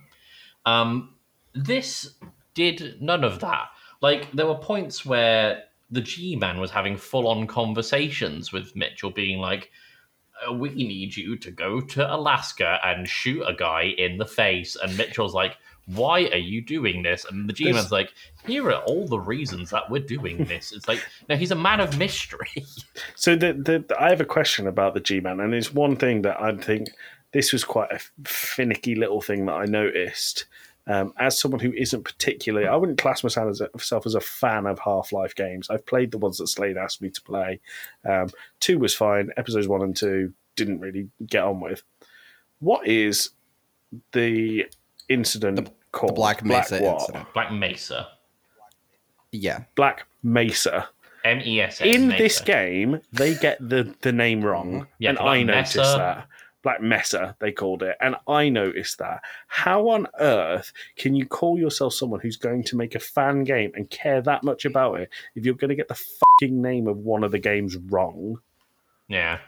[SPEAKER 1] Um, this did none of that. Like there were points where the G man was having full on conversations with Mitchell, being like, uh, we need you to go to Alaska and shoot a guy in the face. And Mitchell's like, why are you doing this? And the G Man's like, here are all the reasons that we're doing this. It's like, no, he's a man of mystery. (laughs)
[SPEAKER 2] So the, the, the- I have a question about the G Man, and it's one thing that I think this was quite a finicky little thing that I noticed. Um, as someone who isn't particularly, I wouldn't class myself as, a, myself as a fan of Half Life games. I've played the ones that Slade asked me to play. Um, two was fine. Episodes one and two didn't really get on with. What is the incident called?
[SPEAKER 3] The Black Mesa
[SPEAKER 2] what?
[SPEAKER 3] incident.
[SPEAKER 1] Black Mesa.
[SPEAKER 3] Yeah.
[SPEAKER 2] Black Mesa.
[SPEAKER 1] M E S A.
[SPEAKER 2] in
[SPEAKER 1] Mesa.
[SPEAKER 2] this game, they get the, the name wrong,
[SPEAKER 1] Yeah,
[SPEAKER 2] and
[SPEAKER 1] Black
[SPEAKER 2] I noticed
[SPEAKER 1] Mesa.
[SPEAKER 2] that. Black Mesa, they called it, and I noticed that. How on earth can you call yourself someone who's going to make a fan game and care that much about it if you're going to get the fucking name of one of the games wrong?
[SPEAKER 1] Yeah.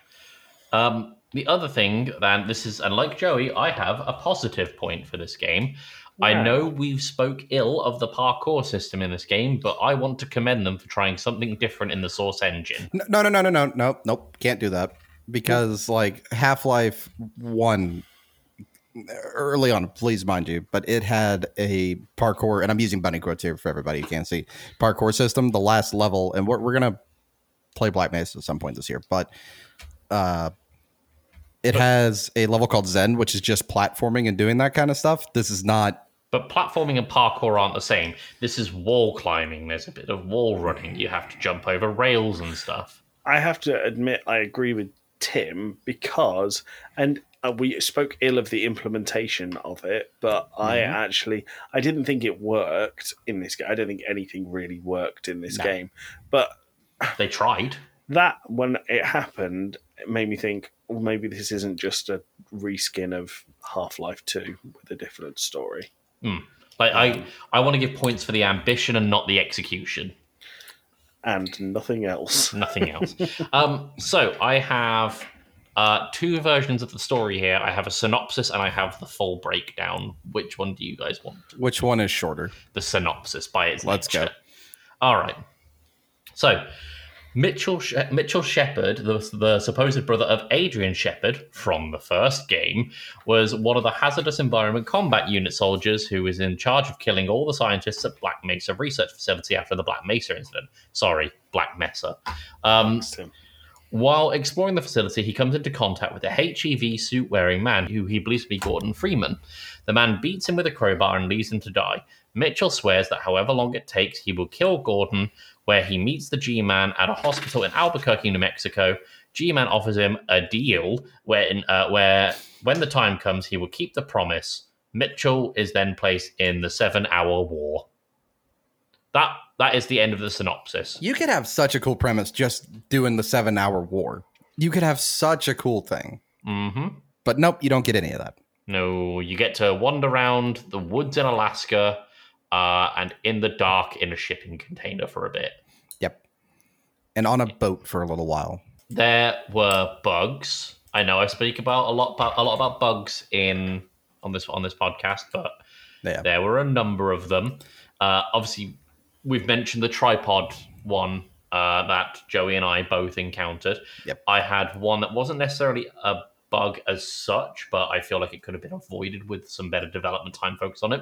[SPEAKER 1] Um, the other thing, then, this is, and like Joey, I have a positive point for this game. I
[SPEAKER 2] Yeah.
[SPEAKER 1] know we've spoke ill of the parkour system in this game, but I want to commend them for trying something different in the source engine.
[SPEAKER 3] N- No, no, no, no, no, no, nope. Can't do that because like Half Life One, early on, please mind you, but it had a parkour, and I'm using bunny quotes here for everybody who can't see parkour system. The last level, and we're we're gonna play Black Mesa at some point this year, but uh, It has a level called Zen, which is just platforming and doing that kind of stuff. This is not.
[SPEAKER 1] But platforming and parkour aren't the same. This is wall climbing. There's a bit of wall running. You have to jump over rails and stuff.
[SPEAKER 2] I have to admit, I agree with Tim because, and uh, we spoke ill of the implementation of it, but I actually I didn't think it worked in this game. I don't think anything really worked in this
[SPEAKER 3] No.
[SPEAKER 2] game, but
[SPEAKER 1] They tried.
[SPEAKER 2] that when it happened, it made me think, well, maybe this isn't just a reskin of Half Life Two with a different story.
[SPEAKER 1] Like I, I want to give points for the ambition and not the execution.
[SPEAKER 2] And nothing else.
[SPEAKER 1] Nothing else. um, so I have uh, two versions of the story here. I have a synopsis and I have the full breakdown. Which one do you guys want?
[SPEAKER 3] Which one is shorter?
[SPEAKER 1] the synopsis by its
[SPEAKER 3] Let's
[SPEAKER 1] nature.
[SPEAKER 3] go.
[SPEAKER 1] All right. So, Mitchell Sh- Mitchell Shepard, the, the supposed brother of Adrian Shepard from the first game, was one of the hazardous environment combat unit soldiers who was in charge of killing all the scientists at Black Mesa Research Facility after the Black Mesa incident. Sorry, Black Mesa. Um,
[SPEAKER 2] Tim.
[SPEAKER 1] while exploring the facility, he comes into contact with a HEV suit wearing man who he believes to be Gordon Freeman. The man beats him with a crowbar and leaves him to die. Mitchell swears that however long it takes, he will kill Gordon, where he meets the G Man at a hospital in Albuquerque, New Mexico. G Man offers him a deal where, in, uh, where, when the time comes, he will keep the promise. Mitchell is then placed in the seven hour war. That That is the end of the synopsis.
[SPEAKER 3] You could have such a cool premise just doing the seven hour war. You could have such a cool thing.
[SPEAKER 1] hmm.
[SPEAKER 3] But nope, you don't get any of that.
[SPEAKER 1] No, you get to wander around the woods in Alaska uh, and in the dark in a shipping container for a bit.
[SPEAKER 3] Yep. And on a boat for a little while.
[SPEAKER 1] There were bugs. I know I speak about a lot about a lot about bugs in on this on this podcast, but
[SPEAKER 3] Yeah.
[SPEAKER 1] there were a number of them. Uh, obviously, we've mentioned the tripod one uh, that Joey and I both encountered.
[SPEAKER 3] Yep.
[SPEAKER 1] I had one that wasn't necessarily a bug as such, but I feel like it could have been avoided with some better development time focus on it.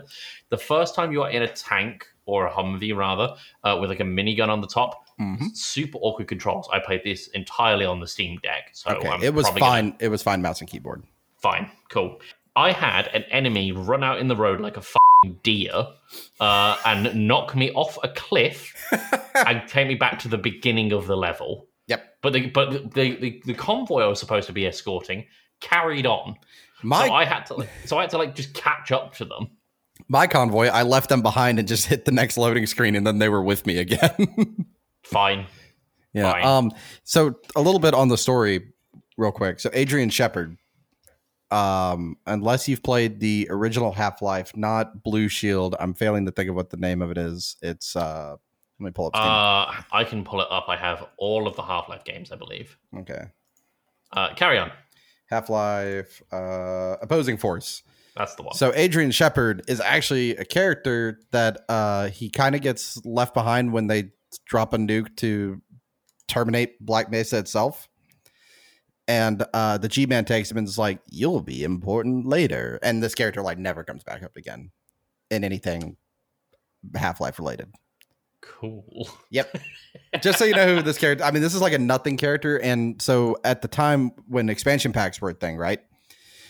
[SPEAKER 1] The first time you are in a tank or a Humvee, rather, uh, with like a minigun on the top,
[SPEAKER 3] Mhm.
[SPEAKER 1] super awkward controls. I played this entirely on the Steam Deck, so
[SPEAKER 3] Okay.
[SPEAKER 1] Oh, I'm
[SPEAKER 3] it was
[SPEAKER 1] probably gonna-
[SPEAKER 3] fine. It was fine mouse and keyboard.
[SPEAKER 1] Fine, cool. I had an enemy run out in the road like a fing deer uh, and knock me off a
[SPEAKER 3] (laughs)
[SPEAKER 1] cliff and take me back to the beginning of the level.
[SPEAKER 3] Yep.
[SPEAKER 1] But the but the the, the convoy I was supposed to be escorting carried on,
[SPEAKER 3] My
[SPEAKER 1] so I had to like, so I had to like just catch up to them.
[SPEAKER 3] my convoy, I left them behind and just (laughs) hit the next loading screen and then they were with me again. (laughs)
[SPEAKER 1] Fine.
[SPEAKER 3] Yeah.
[SPEAKER 1] Fine.
[SPEAKER 3] Um. So a little bit on the story, real quick. So Adrian Shepard. Um. Unless you've played the original Half Life, not Blue Shield. I'm failing to think of what the name of it is. It's. uh Let me pull up. Steam.
[SPEAKER 1] Uh, I can pull it up. I have all of the Half Life games, I believe.
[SPEAKER 3] okay.
[SPEAKER 1] Uh, carry on.
[SPEAKER 3] Half Life. Uh. Opposing Force.
[SPEAKER 1] That's the one.
[SPEAKER 3] So Adrian Shepard is actually a character that uh, he kind of gets left behind when they drop a nuke to terminate Black Mesa itself. And uh, the G Man takes him and is like, "You'll be important later." And this character like never comes back up again in anything Half Life related.
[SPEAKER 1] cool.
[SPEAKER 3] Just so you know who this character. I mean, this is like a nothing character. And so at the time when expansion packs were a thing, right?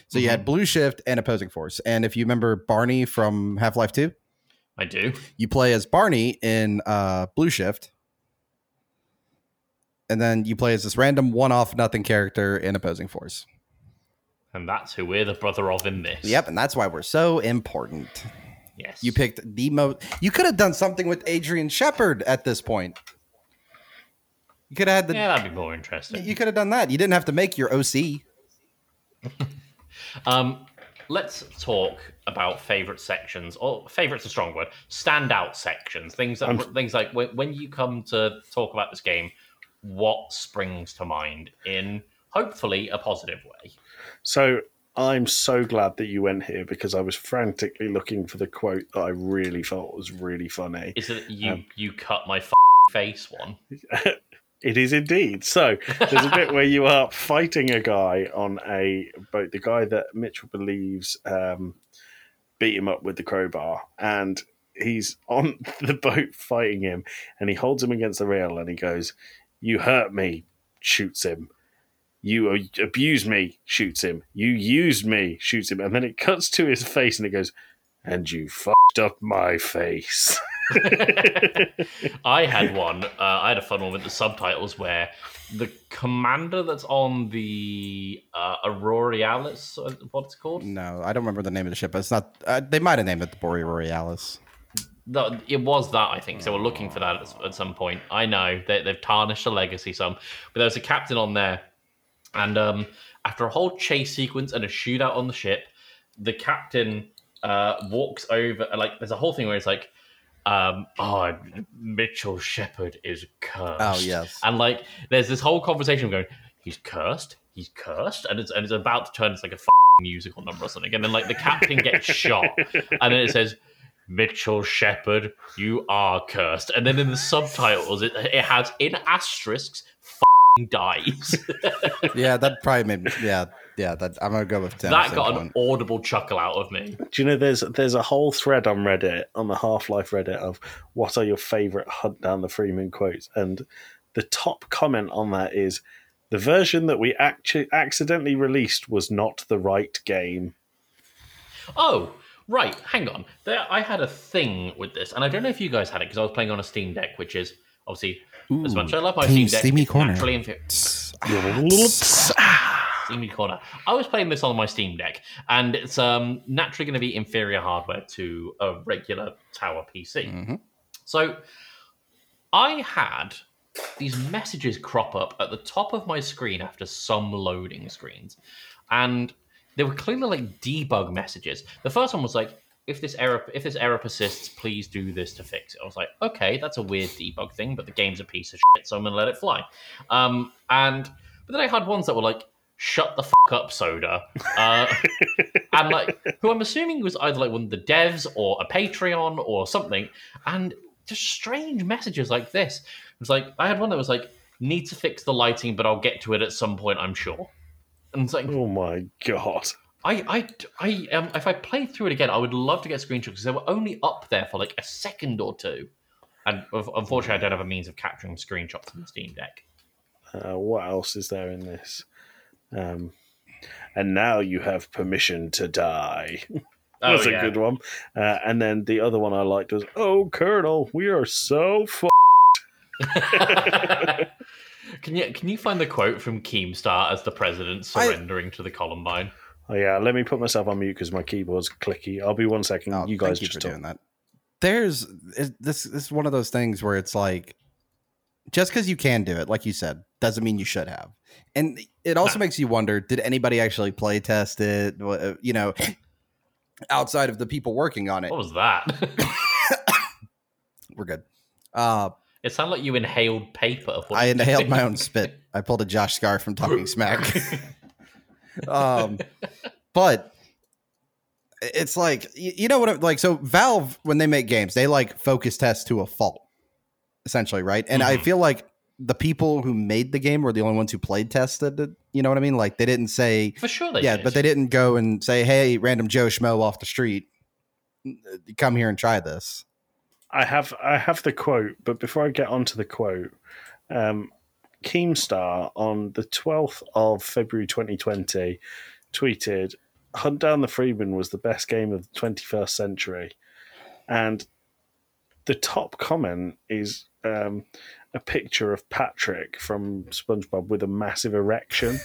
[SPEAKER 3] So you had Blue Shift and Opposing Force. And if you remember Barney from Half Life Two.
[SPEAKER 1] I do.
[SPEAKER 3] you play as Barney in uh, Blue Shift, and then you play as this random one-off nothing character in Opposing Force.
[SPEAKER 1] And that's who we're the brother of in this.
[SPEAKER 3] Yep, and that's why we're so important.
[SPEAKER 1] Yes.
[SPEAKER 3] You picked the most. You could have done something with Adrian Shepard at this point. You could have had the.
[SPEAKER 1] yeah, that'd be more interesting.
[SPEAKER 3] You could have done that. You didn't have to make your OC.
[SPEAKER 1] Um, let's talk about favorite sections, or favorites a strong word. Standout sections, things that things like when, when you come to talk about this game, what springs to mind in hopefully a positive way.
[SPEAKER 2] So I'm so glad that you went here because I was frantically looking for the quote that I really felt was really funny.
[SPEAKER 1] Is that you
[SPEAKER 2] Um,
[SPEAKER 1] you cut my f- face one?
[SPEAKER 2] It is indeed. So there's a bit where you are fighting a guy on a boat, the guy that Mitchell believes um, beat him up with the crowbar, and he's on (laughs) the boat fighting him, and he holds him against the rail, and he goes, "You hurt me," shoots him. You abused me, shoots him. You used me, shoots him. And then it cuts to his face and it goes, and you fucked up my face.
[SPEAKER 1] (laughs) I had one. Uh, I had a fun one with the subtitles where the commander that's on the uh, Aurorealis, uh, what's it called?
[SPEAKER 3] No, I don't remember the name of the ship. But it's not. Uh, they might have named it the Bori
[SPEAKER 2] (laughs)
[SPEAKER 3] Royalis.
[SPEAKER 1] No, it was that I think. So we're looking for that at, at some point. I know they, they've tarnished the legacy some, but there was a captain on there, and um, after a whole chase sequence and a shootout on the ship, the captain uh, walks over. Like there's a whole thing where it's like, um, "Oh, Mitchell Shepard is cursed."
[SPEAKER 3] Oh yes.
[SPEAKER 1] And like, there's this whole conversation going, he's cursed, he's cursed, and it's and it's about to turn into like a f- musical number or something. And then like the captain
[SPEAKER 3] (laughs)
[SPEAKER 1] gets shot, and then it says, Mitchell Shepard, you are cursed. And then in the subtitles, it, it has in asterisks, f- dies.
[SPEAKER 3] Yeah, that probably made. Yeah, yeah. That I'm gonna go with Tim.
[SPEAKER 1] that
[SPEAKER 3] same
[SPEAKER 1] got an
[SPEAKER 3] point.
[SPEAKER 1] audible chuckle out of me.
[SPEAKER 2] Do you know there's there's a whole thread on Reddit on the Half Life Reddit of what are your favorite hunt down the Freeman quotes, and the top comment on that is the version that we actu- accidentally released was not the right game.
[SPEAKER 1] Oh, right. Hang on. There, I had a thing with this, and I don't know if you guys had it because I was playing on a Steam Deck, which is obviously as much as I love my
[SPEAKER 3] Team
[SPEAKER 1] Steam Deck,
[SPEAKER 3] Steamy
[SPEAKER 1] it's
[SPEAKER 3] Corner.
[SPEAKER 1] naturally inferior. Steamy Corner. I was playing this on my Steam Deck, and it's um, naturally going to be inferior hardware to a regular tower PC.
[SPEAKER 3] Mhm.
[SPEAKER 1] So I had these messages crop up at the top of my screen after some loading screens, and they were clearly like debug messages. The first one was like, "If this error, if this error persists, please do this to fix it." I was like, "Okay, that's a weird debug thing, but the game's a piece of shit, so I'm gonna let it fly." Um, and but then I had ones that were like, "Shut the f- up, Soda," uh, and like who I'm assuming was either like one of the devs or a Patreon or something, and just strange messages like this. It was like I had one that was like, "Need to fix the lighting, but I'll get to it at some point, I'm sure." And it's like,
[SPEAKER 2] Oh my god!
[SPEAKER 1] I, I, I, um, if I played through it again, I would love to get screenshots because they were only up there for like a second or two, and un- unfortunately, I don't have a means of capturing screenshots on the Steam Deck.
[SPEAKER 2] Uh, what else is there in this? Um, and now you have permission to die.
[SPEAKER 1] Oh,
[SPEAKER 2] That's
[SPEAKER 1] yeah.
[SPEAKER 2] a good (laughs) one. Uh, and then the other one I liked was, "Oh, Colonel, we are so f-
[SPEAKER 1] (laughs) can you can you find the quote from Keemstar as the president surrendering to the Columbine?
[SPEAKER 2] Oh yeah, let me put myself on mute because my keyboard's clicky. I'll be one second.
[SPEAKER 3] Oh,
[SPEAKER 2] you guys
[SPEAKER 3] thank you
[SPEAKER 2] just
[SPEAKER 3] for
[SPEAKER 2] talk.
[SPEAKER 3] doing that. There's it- this. This is one of those things where it's like, just because you can do it, like you said, doesn't mean you should have. And it also
[SPEAKER 1] No.
[SPEAKER 3] makes you wonder: Did anybody actually play test it? Wha- uh, You know, (clears throat) outside of the people working on it,
[SPEAKER 1] What
[SPEAKER 2] Oh.
[SPEAKER 1] was
[SPEAKER 3] (coughs)
[SPEAKER 1] that?
[SPEAKER 3] we're good. Uh,
[SPEAKER 1] it sounded like you inhaled paper. What
[SPEAKER 3] I
[SPEAKER 2] (laughs)
[SPEAKER 1] did you
[SPEAKER 3] inhaled
[SPEAKER 1] do?
[SPEAKER 3] my own
[SPEAKER 1] (laughs)
[SPEAKER 3] spit. I pulled a Josh Scar from Talking Smack. (laughs) um, but it's like y- you know what? I'm, like so, Valve when they make games, they like focus test to a fault, essentially, right? And I
[SPEAKER 2] Mm-hmm.
[SPEAKER 1] Mhm.
[SPEAKER 3] feel like the people who made the game were the only ones who played tested it. You know what I mean? Like they didn't say,
[SPEAKER 1] For sure they
[SPEAKER 3] yeah,
[SPEAKER 1] did.
[SPEAKER 3] but they didn't go and say, hey, random Joe Schmo off the street, come here and try this.
[SPEAKER 2] I have I have the quote, but before I get onto the quote, um, Keemstar on the twelfth of February, twenty twenty, tweeted, "Hunt Down the Freeman was the best game of the twenty first century," and the top comment is um, a picture of Patrick from SpongeBob with a massive erection.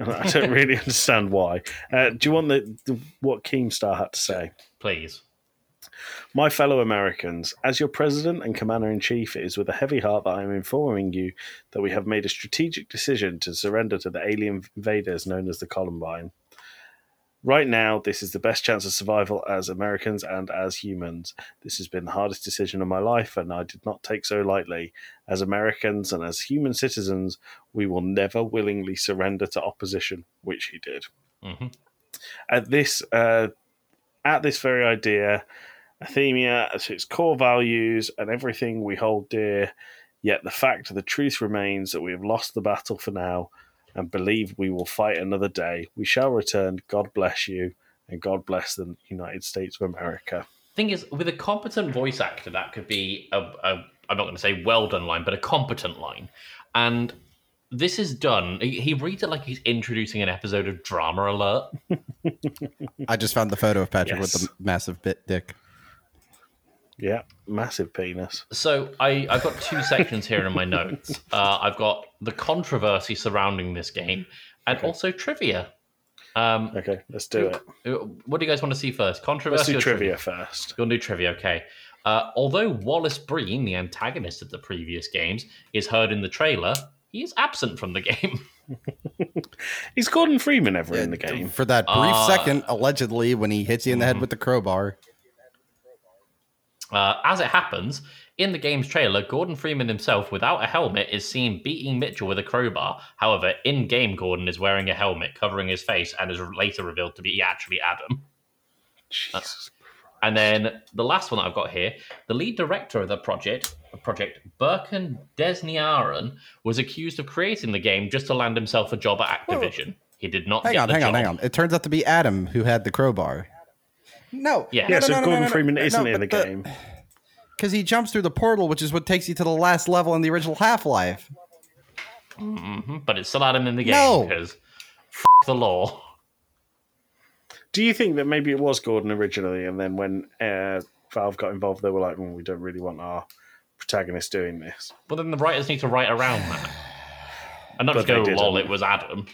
[SPEAKER 2] And I don't really understand why. Uh, do you want the, the what Keemstar had to say?
[SPEAKER 1] please.
[SPEAKER 2] My fellow Americans, as your president and commander in chief, it is with a heavy heart that I am informing you that we have made a strategic decision to surrender to the alien invaders known as the Columbine. Right now, this is the best chance of survival as Americans and as humans. This has been the hardest decision of my life, and I did not take so lightly. As Americans and as human citizens, we will never willingly surrender to opposition, which he did
[SPEAKER 1] hmm
[SPEAKER 2] at this uh, at this very idea, Athemia as its core values and everything we hold dear. Yet the fact of the truth remains that we have lost the battle for now, and believe we will fight another day. We shall return. God bless you, and God bless the United States of America.
[SPEAKER 1] Thing is, with a competent voice actor, that could be a, a I'm not going to say well done line, but a competent line. And this is done. He, he reads it like he's introducing an episode of Drama Alert.
[SPEAKER 3] I just found the photo of Patrick with
[SPEAKER 2] Yes.
[SPEAKER 3] the massive bit dick.
[SPEAKER 2] Yeah, massive penis.
[SPEAKER 1] So I, I've got two sections here in my
[SPEAKER 2] (laughs)
[SPEAKER 1] notes. Uh, I've got the controversy surrounding this game, and
[SPEAKER 2] Okay.
[SPEAKER 1] also trivia. Um,
[SPEAKER 2] Okay, let's do it.
[SPEAKER 1] what do you guys want to see first? Controversy
[SPEAKER 2] Let's do
[SPEAKER 1] or
[SPEAKER 2] trivia first.
[SPEAKER 1] You'll do trivia, okay. Uh, although Wallace Breen, the antagonist of the previous games, is heard in the trailer, he is absent from the (laughs) game.
[SPEAKER 2] Is Gordon Freeman ever in the game? Ah. Mm-hmm.
[SPEAKER 3] For that brief
[SPEAKER 1] Uh,
[SPEAKER 3] second, allegedly, when he hits you in the head with the crowbar.
[SPEAKER 1] Uh, as it happens, in the game's trailer, Gordon Freeman himself, without a helmet, is seen beating Mitchell with a crowbar. However, in game, Gordon is wearing a helmet covering his face and is later revealed to be actually Adam.
[SPEAKER 2] Jesus.
[SPEAKER 1] And then the last one that I've got here, the lead director of the project, project Birkin Desniaran, was accused of creating the game just to land himself a job at Activision. He did not.
[SPEAKER 3] Oh. Hang
[SPEAKER 1] get
[SPEAKER 3] on,
[SPEAKER 1] the
[SPEAKER 3] hang on,
[SPEAKER 1] job.
[SPEAKER 3] hang on. It turns out to be Adam who had the crowbar. No.
[SPEAKER 1] Yeah.
[SPEAKER 2] Yeah,
[SPEAKER 1] No,
[SPEAKER 2] so Gordon Freeman isn't in the game.
[SPEAKER 3] Because he jumps through the portal, which is what takes you to the last level in the original Half Life.
[SPEAKER 1] hmm but it's still Adam in the game
[SPEAKER 3] No.
[SPEAKER 1] because f- the law.
[SPEAKER 2] Do you think that maybe it was Gordon originally, and then when uh, Valve got involved, they were like, well, "We don't really want our protagonist doing this."
[SPEAKER 1] But then the writers need to write around
[SPEAKER 2] (sighs)
[SPEAKER 1] that. And not
[SPEAKER 2] But
[SPEAKER 1] just go,
[SPEAKER 2] they didn't.
[SPEAKER 1] lol, it was Adam.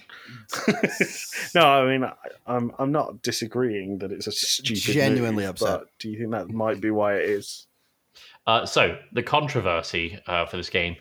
[SPEAKER 2] No, I mean, I, I'm I'm not disagreeing that it's a stupid,
[SPEAKER 3] Genuinely
[SPEAKER 2] move,
[SPEAKER 3] upset.
[SPEAKER 2] But do you think that might be why it is?
[SPEAKER 1] Uh, so, the controversy uh, for this game.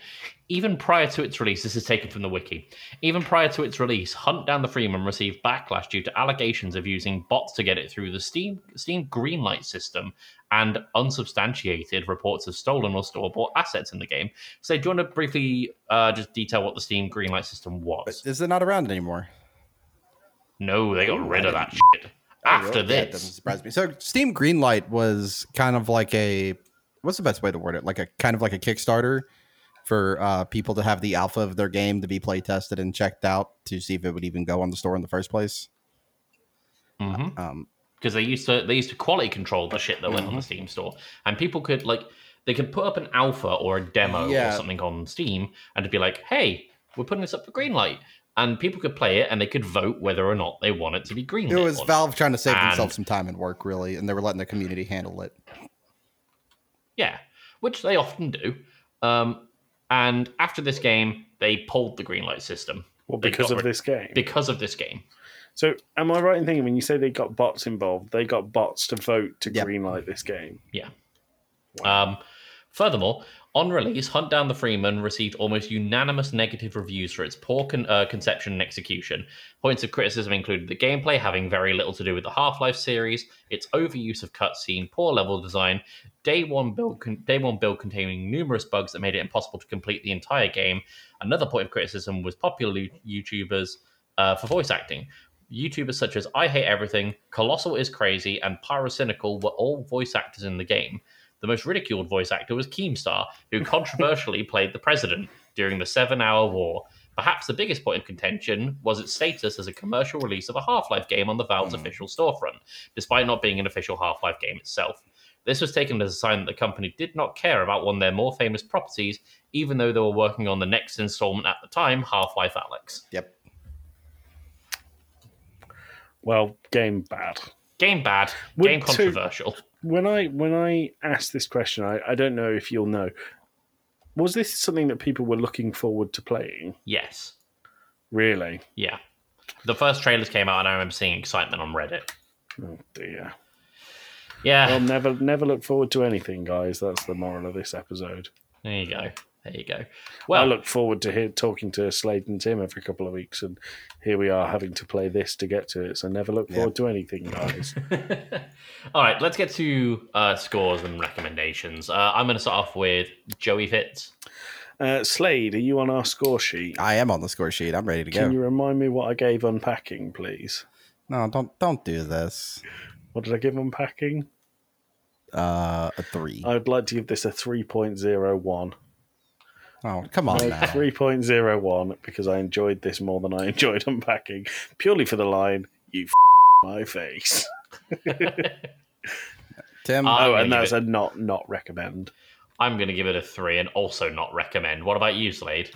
[SPEAKER 1] Even prior to its release, this is taken from the wiki. Even prior to its release, Hunt Down the Freeman received backlash due to allegations of using bots to get it through the Steam Steam Greenlight system and unsubstantiated reports of stolen or store-bought assets in the game. So, do you want to briefly uh, just detail what the Steam Greenlight system was?
[SPEAKER 3] Is it not around anymore?
[SPEAKER 1] No, they got
[SPEAKER 3] Ooh,
[SPEAKER 1] rid
[SPEAKER 3] I
[SPEAKER 1] of that
[SPEAKER 3] didn't-
[SPEAKER 2] Oh,
[SPEAKER 1] shit. After
[SPEAKER 3] Yeah, it
[SPEAKER 1] this,
[SPEAKER 3] doesn't surprise me. So Steam Greenlight was kind of like a what's the best way to word it? Like a kind of like a Kickstarter for uh, people to have the alpha of their game to be play tested and checked out to see if it would even go on the store in the first place.
[SPEAKER 1] Mhm.
[SPEAKER 3] Um,
[SPEAKER 1] because they used to they used to quality control the shit that went on
[SPEAKER 3] Mm-hmm.
[SPEAKER 1] the Steam store, and people could like they could put up an alpha or a demo
[SPEAKER 3] Yeah.
[SPEAKER 1] or something on Steam, and to be like, hey, we're putting this up for green light, and people could play it and they could vote whether or not they want it to be green.
[SPEAKER 3] it was Valve trying to save
[SPEAKER 1] And-
[SPEAKER 3] themselves some time and work, really, and they were letting the community handle it.
[SPEAKER 1] yeah, which they often do. Um, and after this game, they pulled the green light system
[SPEAKER 2] Well,
[SPEAKER 1] They
[SPEAKER 2] because
[SPEAKER 1] got
[SPEAKER 2] of
[SPEAKER 1] rid-
[SPEAKER 2] this game.
[SPEAKER 1] because of this game.
[SPEAKER 2] So, am I right in thinking when you say they got bots involved, they got bots to vote to
[SPEAKER 3] Yep.
[SPEAKER 2] greenlight this game?
[SPEAKER 1] Um, furthermore, on release, Hunt Down the Freeman received almost unanimous negative reviews for its poor con- uh, conception and execution. Points of criticism included the gameplay having very little to do with the Half Life series, its overuse of cutscene, poor level design, day one build con- day one build containing numerous bugs that made it impossible to complete the entire game. Another point of criticism was popular YouTubers uh, for voice acting. YouTubers such as I Hate Everything, Colossal is Crazy, and Pyrocynical were all voice actors in the game. The most ridiculed voice actor was Keemstar,
[SPEAKER 2] (laughs)
[SPEAKER 1] who controversially played the president during the Seven Hour War. Perhaps the biggest point of contention was its status as a commercial release of a Half Life game on the Valve's
[SPEAKER 2] Hmm.
[SPEAKER 1] official storefront, despite not being an official Half Life game itself. This was taken as a sign that the company did not care about one of their more famous properties, even though they were working on the next installment at the time, Half Life Alex.
[SPEAKER 3] Yep.
[SPEAKER 2] Well, game bad.
[SPEAKER 1] Game bad,
[SPEAKER 2] Would
[SPEAKER 1] game
[SPEAKER 2] two-
[SPEAKER 1] controversial.
[SPEAKER 2] When I when I asked this question, I, I don't know if you'll know. Was this something that people were looking forward to playing?
[SPEAKER 1] Yes.
[SPEAKER 2] Really?
[SPEAKER 1] Yeah. The first trailers came out, and I remember seeing excitement on Reddit.
[SPEAKER 2] Oh dear.
[SPEAKER 1] Yeah.
[SPEAKER 2] Well, never never look forward to anything, guys. That's the moral of this episode.
[SPEAKER 1] There you go. There you go.
[SPEAKER 2] I
[SPEAKER 1] Well,
[SPEAKER 2] look forward to hear, talking to Slade and Tim every couple of weeks, and here we are having to play this to get to it. So never look forward to anything, guys.
[SPEAKER 1] (laughs) all right, let's get to uh, scores and recommendations. Uh, I'm going to start off with Joey Fitz.
[SPEAKER 2] uh, Slade, are you on our score sheet?
[SPEAKER 3] I am on the score sheet. I'm ready to go.
[SPEAKER 2] Can you remind me what I gave unpacking, please?
[SPEAKER 3] no, don't don't do this.
[SPEAKER 2] What did I give unpacking?
[SPEAKER 3] Uh, a three.
[SPEAKER 2] I would like to give this a 3.01.
[SPEAKER 3] oh, come on now.
[SPEAKER 2] 3.01 because I enjoyed this more than I (laughs) enjoyed unpacking, purely for the line, you (laughs) f- my face.
[SPEAKER 3] Tim,
[SPEAKER 1] Uh, I'm
[SPEAKER 2] oh,
[SPEAKER 1] gonna
[SPEAKER 2] and
[SPEAKER 1] give
[SPEAKER 2] that's
[SPEAKER 1] it-
[SPEAKER 2] a not not recommend.
[SPEAKER 1] I'm going to give it a three and also not recommend. What about you, Slade?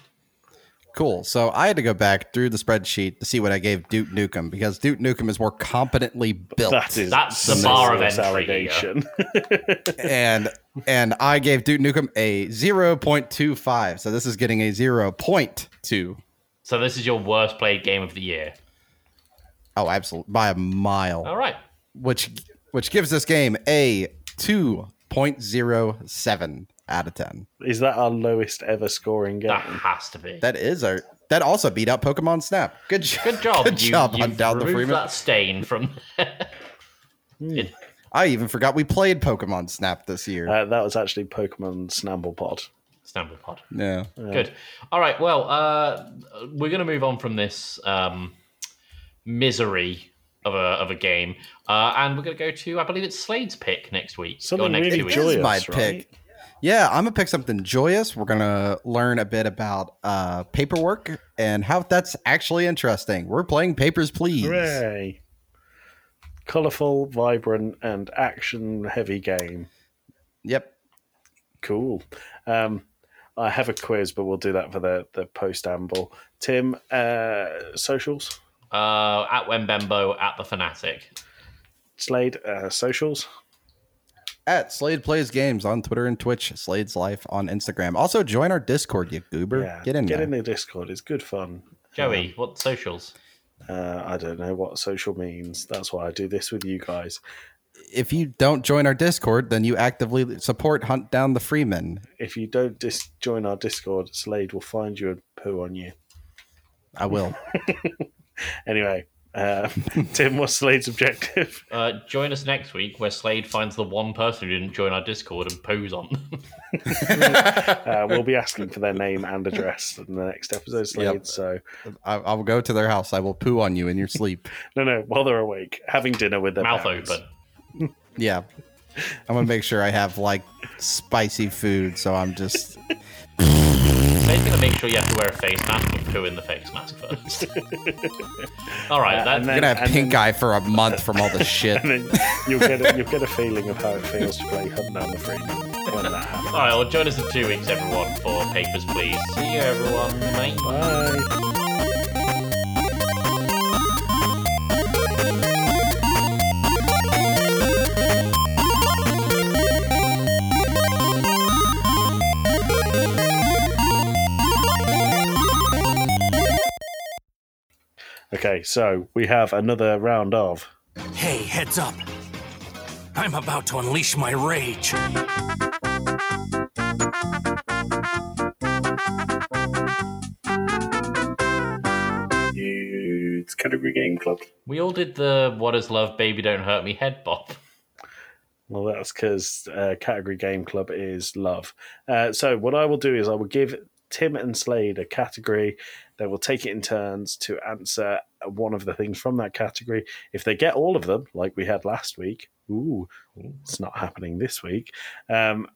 [SPEAKER 3] Cool. So I had to go back through the spreadsheet to see what I gave Duke Nukem because Duke Nukem is more competently built.
[SPEAKER 2] (laughs) That is
[SPEAKER 1] That's the bar of
[SPEAKER 2] serious
[SPEAKER 1] entry here.
[SPEAKER 2] allegation. (laughs)
[SPEAKER 3] and and I gave Duke Nukem a 0.25. So this is getting a 0.2.
[SPEAKER 1] So this is your worst played game of the year.
[SPEAKER 3] Oh, absolutely. By a mile.
[SPEAKER 1] All right.
[SPEAKER 3] Which which gives this game a 2.07 out of 10.
[SPEAKER 2] is that our lowest ever scoring game?
[SPEAKER 1] That has to be.
[SPEAKER 3] That is our that also beat out Pokemon Snap. Good job.
[SPEAKER 1] Good job.
[SPEAKER 3] (laughs) Good
[SPEAKER 1] you,
[SPEAKER 3] job.
[SPEAKER 1] You've
[SPEAKER 3] I'm down the
[SPEAKER 1] removed
[SPEAKER 3] Freeman.
[SPEAKER 1] that stain from. (laughs) It-
[SPEAKER 3] I even forgot we played Pokemon Snap this year.
[SPEAKER 2] Uh, that was actually Pokemon Snamplepod.
[SPEAKER 1] Stumble pod.
[SPEAKER 3] yeah.
[SPEAKER 1] Good. All right. Well, uh, we're going to move on from this um, misery of a, of a game. Uh, and we're going to go to, I believe it's Slade's pick next week. or
[SPEAKER 2] Something
[SPEAKER 1] next
[SPEAKER 2] really
[SPEAKER 1] two weeks.
[SPEAKER 2] joyous,
[SPEAKER 3] my
[SPEAKER 2] right?
[SPEAKER 3] pick. Yeah, I'm gonna pick something joyous. We're gonna learn a bit about uh, paperwork and how that's actually interesting. We're playing Papers, Please.
[SPEAKER 2] Hooray! Colorful, vibrant, and action-heavy game.
[SPEAKER 3] Yep.
[SPEAKER 2] Cool. Um, I have a quiz, but we'll do that for the the post amble. Tim, uh, socials.
[SPEAKER 1] Uh, at Wembembo, at the Fanatic.
[SPEAKER 2] Slade, uh, socials.
[SPEAKER 3] At Slade Plays Games on Twitter and Twitch, Slade's Life on Instagram. Also join our Discord, you goober. get in
[SPEAKER 2] get
[SPEAKER 3] there.
[SPEAKER 2] in the Discord. It's good fun.
[SPEAKER 1] Joey, what socials?
[SPEAKER 2] Uh, I don't know what social means. That's why I do this with you guys.
[SPEAKER 3] If you don't join our Discord, then you actively support Hunt Down the Freeman.
[SPEAKER 2] If you don't dis- join our Discord, Slade will find you and poo on you.
[SPEAKER 3] I will.
[SPEAKER 2] Anyway, uh, (laughs) Tim, what's Slade's objective?
[SPEAKER 1] Uh, join us next week where Slade finds the one person who didn't join our Discord and pose on (laughs) them.
[SPEAKER 2] Uh, we'll be asking for their name and address in the next episode, Slade.
[SPEAKER 3] Yep.
[SPEAKER 2] So,
[SPEAKER 3] I, I will go to their house. I will poo on you in
[SPEAKER 2] (laughs)
[SPEAKER 3] your sleep.
[SPEAKER 2] no, no, while they're awake, having dinner with their
[SPEAKER 1] Mouth
[SPEAKER 2] parents.
[SPEAKER 1] open.
[SPEAKER 3] Yeah. I'm gonna make sure I have like spicy food, so I'm just
[SPEAKER 1] Slade's going to make sure you have to wear a face mask and poo in the face mask
[SPEAKER 2] (laughs)
[SPEAKER 1] first. All right.
[SPEAKER 2] Uh,
[SPEAKER 1] that,
[SPEAKER 2] and
[SPEAKER 3] I'm gonna
[SPEAKER 2] then-
[SPEAKER 3] have pink
[SPEAKER 2] then-
[SPEAKER 3] eye for a month from all
[SPEAKER 2] (laughs)
[SPEAKER 3] the shit.
[SPEAKER 2] (laughs) And then you'll get a, you'll get a feeling of how it feels to play Hunt Down the Freeman when that happens.
[SPEAKER 1] All right, well, join us in two weeks, everyone, for Papers, Please. See you, everyone. Bye.
[SPEAKER 2] Bye. Okay, so we have another round of.
[SPEAKER 4] Hey, heads up. I'm about to unleash my rage.
[SPEAKER 2] It's Category Game Club.
[SPEAKER 1] We all did the What is Love, Baby Don't Hurt Me head bop.
[SPEAKER 2] Well, that's because uh, category game club is love. Uh, so what I will do is I will give Tim and Slade a category. They will take it in turns to answer one of the things from that category. If they get all of them, like we had last week, ooh, it's not happening this week. Um,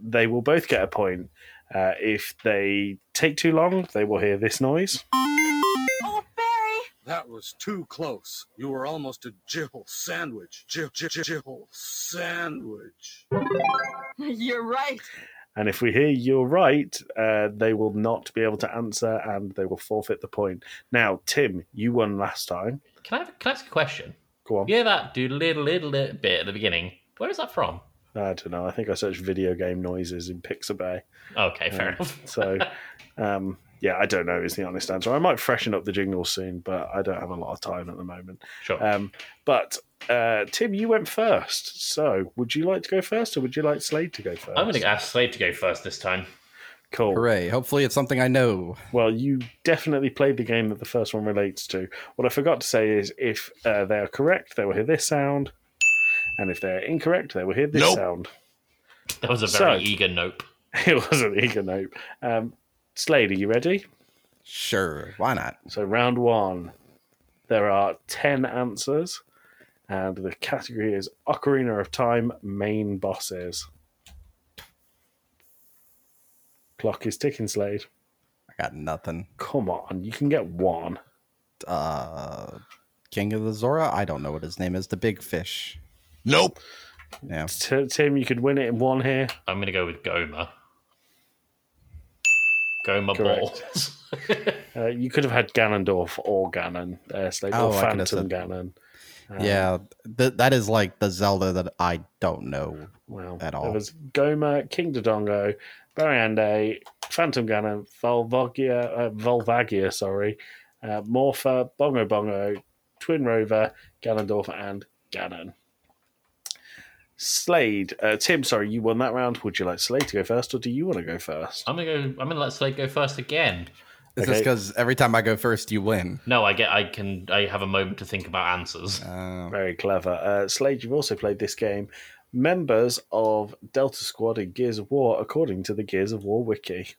[SPEAKER 2] they will both get a point. Uh, if they take too long, they will hear this noise.
[SPEAKER 5] Oh, Barry!
[SPEAKER 6] That was too close. You were almost a jibble sandwich. Jib, jib, jib- jibble sandwich.
[SPEAKER 5] You're right.
[SPEAKER 2] And if we hear you're right, uh, they will not be able to answer and they will forfeit the point. Now, Tim, you won last time.
[SPEAKER 1] Can I, have, can I ask a question?
[SPEAKER 2] Go on.
[SPEAKER 1] You hear that doodle little little bit at the beginning? Where is that from?
[SPEAKER 2] I don't know. I think I searched video game noises in Pixabay.
[SPEAKER 1] Okay, fair
[SPEAKER 2] Um,
[SPEAKER 1] enough. (laughs)
[SPEAKER 2] So, um, yeah, I don't know is the honest answer. I might freshen up the jingle soon, but I don't have a lot of time at the moment.
[SPEAKER 1] Sure.
[SPEAKER 2] Um, but uh, Tim, you went first. So, would you like to go first, or would you like Slade to go 1st
[SPEAKER 1] I'm going to ask Slade to go first this time.
[SPEAKER 2] Cool.
[SPEAKER 3] Hooray. Hopefully it's something I know.
[SPEAKER 2] Well, you definitely played the game that the first one relates to. What I forgot to say is if uh, they are correct, they will hear this sound. And if they are incorrect, they will hear this
[SPEAKER 6] Nope.
[SPEAKER 2] sound. (laughs)
[SPEAKER 1] That was a
[SPEAKER 2] So-
[SPEAKER 1] very eager nope.
[SPEAKER 2] It was an eager nope. Um, Slade, are you ready?
[SPEAKER 3] Sure. Why not?
[SPEAKER 2] So, round one, there are 10 answers, and the category is Ocarina of Time main bosses. Clock is ticking, Slade.
[SPEAKER 3] I got nothing.
[SPEAKER 2] Come on, you can get one.
[SPEAKER 3] Uh King of the Zora? I don't know what his name is. The big fish.
[SPEAKER 6] Nope.
[SPEAKER 3] Yeah.
[SPEAKER 2] T- Tim, you could win it in one here.
[SPEAKER 1] I'm going to go with Goma. Go my
[SPEAKER 2] Correct.
[SPEAKER 1] balls. (laughs)
[SPEAKER 2] Uh, you could have had Ganondorf or Ganon, uh, Slade,
[SPEAKER 3] Oh,
[SPEAKER 2] or
[SPEAKER 3] I could have
[SPEAKER 2] Phantom
[SPEAKER 3] said-
[SPEAKER 2] Ganon. Um,
[SPEAKER 3] yeah, th- that is like the Zelda that I don't know.
[SPEAKER 2] Well,
[SPEAKER 3] at
[SPEAKER 2] There
[SPEAKER 3] all.
[SPEAKER 2] was Goma, King Dodongo, Bariande, Phantom Ganon, Volvagia, uh, Volvagia, sorry, uh, Morpha, Bongo Bongo, Twin Rover, Ganondorf, and Ganon. Slade, uh, Tim, sorry, you won that round. Would you like Slade to go first, or do you want to go first?
[SPEAKER 1] I'm gonna go. I'm gonna let Slade go first again.
[SPEAKER 3] Is
[SPEAKER 2] Okay.
[SPEAKER 3] this because every time I go first, you win?
[SPEAKER 1] No, I get. I can. I have a moment to think about answers.
[SPEAKER 3] Uh,
[SPEAKER 2] Very clever. Uh, Slade, you've also played this game. Members of Delta Squad in Gears of War, according to the Gears of War wiki.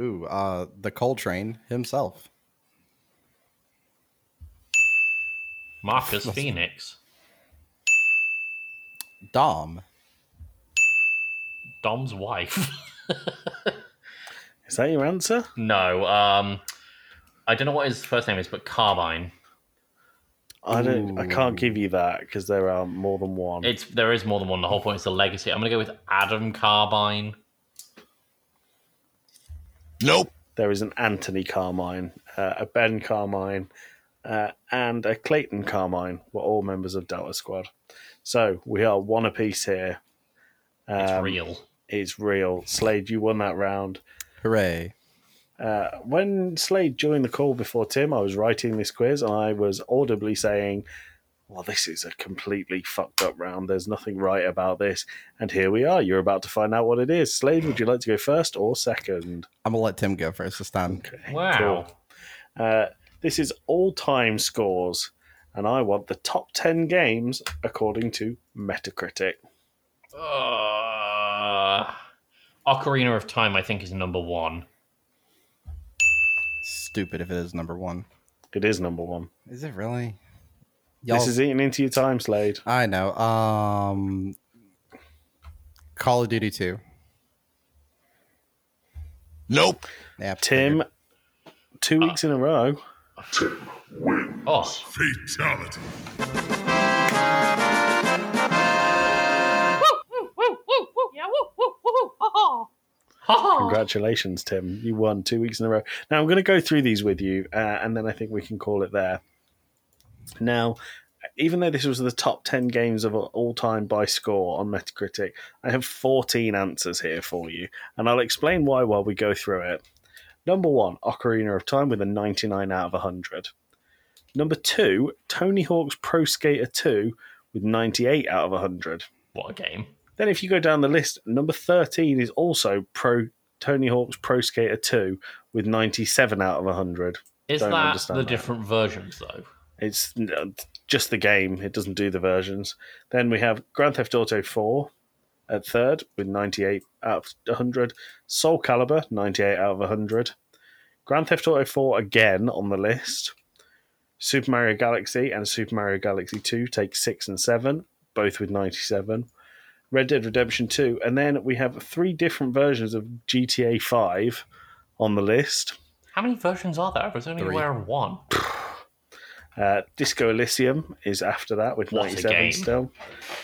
[SPEAKER 3] ooh, uh, the Coltrane himself.
[SPEAKER 1] (laughs) Marcus Phoenix,
[SPEAKER 3] Dom.
[SPEAKER 1] Dom's wife.
[SPEAKER 2] Is that your answer?
[SPEAKER 1] no, um, I don't know what his first name is, but Carmine.
[SPEAKER 2] I don't. I can't give you that because there are more than one.
[SPEAKER 1] It's there is more than one. The whole point is the legacy. I'm gonna go with Adam Carbine.
[SPEAKER 4] Nope.
[SPEAKER 2] there is an Anthony Carmine, uh, a Ben Carmine, uh, and a Clayton Carmine. Were all members of Delta Squad. So we are one apiece here. Um,
[SPEAKER 1] It's real.
[SPEAKER 2] It's real. Slade, you won that round.
[SPEAKER 3] Hooray.
[SPEAKER 2] Uh, when Slade joined the call before Tim, I was writing this quiz and I was audibly saying, Well, this is a completely fucked up round. There's nothing right about this. And here we are. You're about to find out what it is. Slade, would you like to go first or second?
[SPEAKER 3] I'm going to let Tim go first this time.
[SPEAKER 2] Okay.
[SPEAKER 1] Wow.
[SPEAKER 2] cool. Uh, this is all time scores. And I want the top 10 games according to Metacritic.
[SPEAKER 1] Uh, Ocarina of Time, I think, is number one.
[SPEAKER 3] Stupid if it is number one.
[SPEAKER 2] It is number one.
[SPEAKER 3] Is it really? Y'all,
[SPEAKER 2] This is eating into your time, Slade.
[SPEAKER 3] I know. Um, Call of Duty 2.
[SPEAKER 4] Nope.
[SPEAKER 3] Yeah,
[SPEAKER 2] Tim,
[SPEAKER 3] figured.
[SPEAKER 2] two weeks in a row.
[SPEAKER 1] Oh,
[SPEAKER 4] Fatality.
[SPEAKER 5] Woo, woo, woo, woo, yeah, woo, woo, woo, woo, ha ha. Ha ha.
[SPEAKER 2] Congratulations, Tim. You won two weeks in a row. Now, I'm going to go through these with you, uh, and then I think we can call it there. Now, even though this was the top 10 games of all time by score on Metacritic, I have 14 answers here for you, and I'll explain why while we go through it. Number one, Ocarina of Time with a 99 out of 100. Number two, Tony Hawk's Pro Skater 2 with 98 out of 100.
[SPEAKER 1] what a game.
[SPEAKER 2] Then, if you go down the list, number 13 is also Pro Tony Hawk's Pro Skater 2 with 97 out of 100.
[SPEAKER 1] Is
[SPEAKER 2] Don't
[SPEAKER 1] that the
[SPEAKER 2] understand that.
[SPEAKER 1] different versions, though?
[SPEAKER 2] It's n- uh, just the game, it doesn't do the versions. Then we have Grand Theft Auto 4 at third with 98 out of 100, Soul Calibur 98 out of 100, Grand Theft Auto 4 again on the list. Super Mario Galaxy and Super Mario Galaxy 2 take 6 and 7, both with 97. Red Dead Redemption 2, and then we have three different versions of GTA 5 on the list.
[SPEAKER 1] How many versions are there? I was only
[SPEAKER 3] Three.
[SPEAKER 1] aware of one.
[SPEAKER 2] Uh, Disco Elysium is after that with
[SPEAKER 1] What a
[SPEAKER 2] 97
[SPEAKER 1] game.
[SPEAKER 2] still.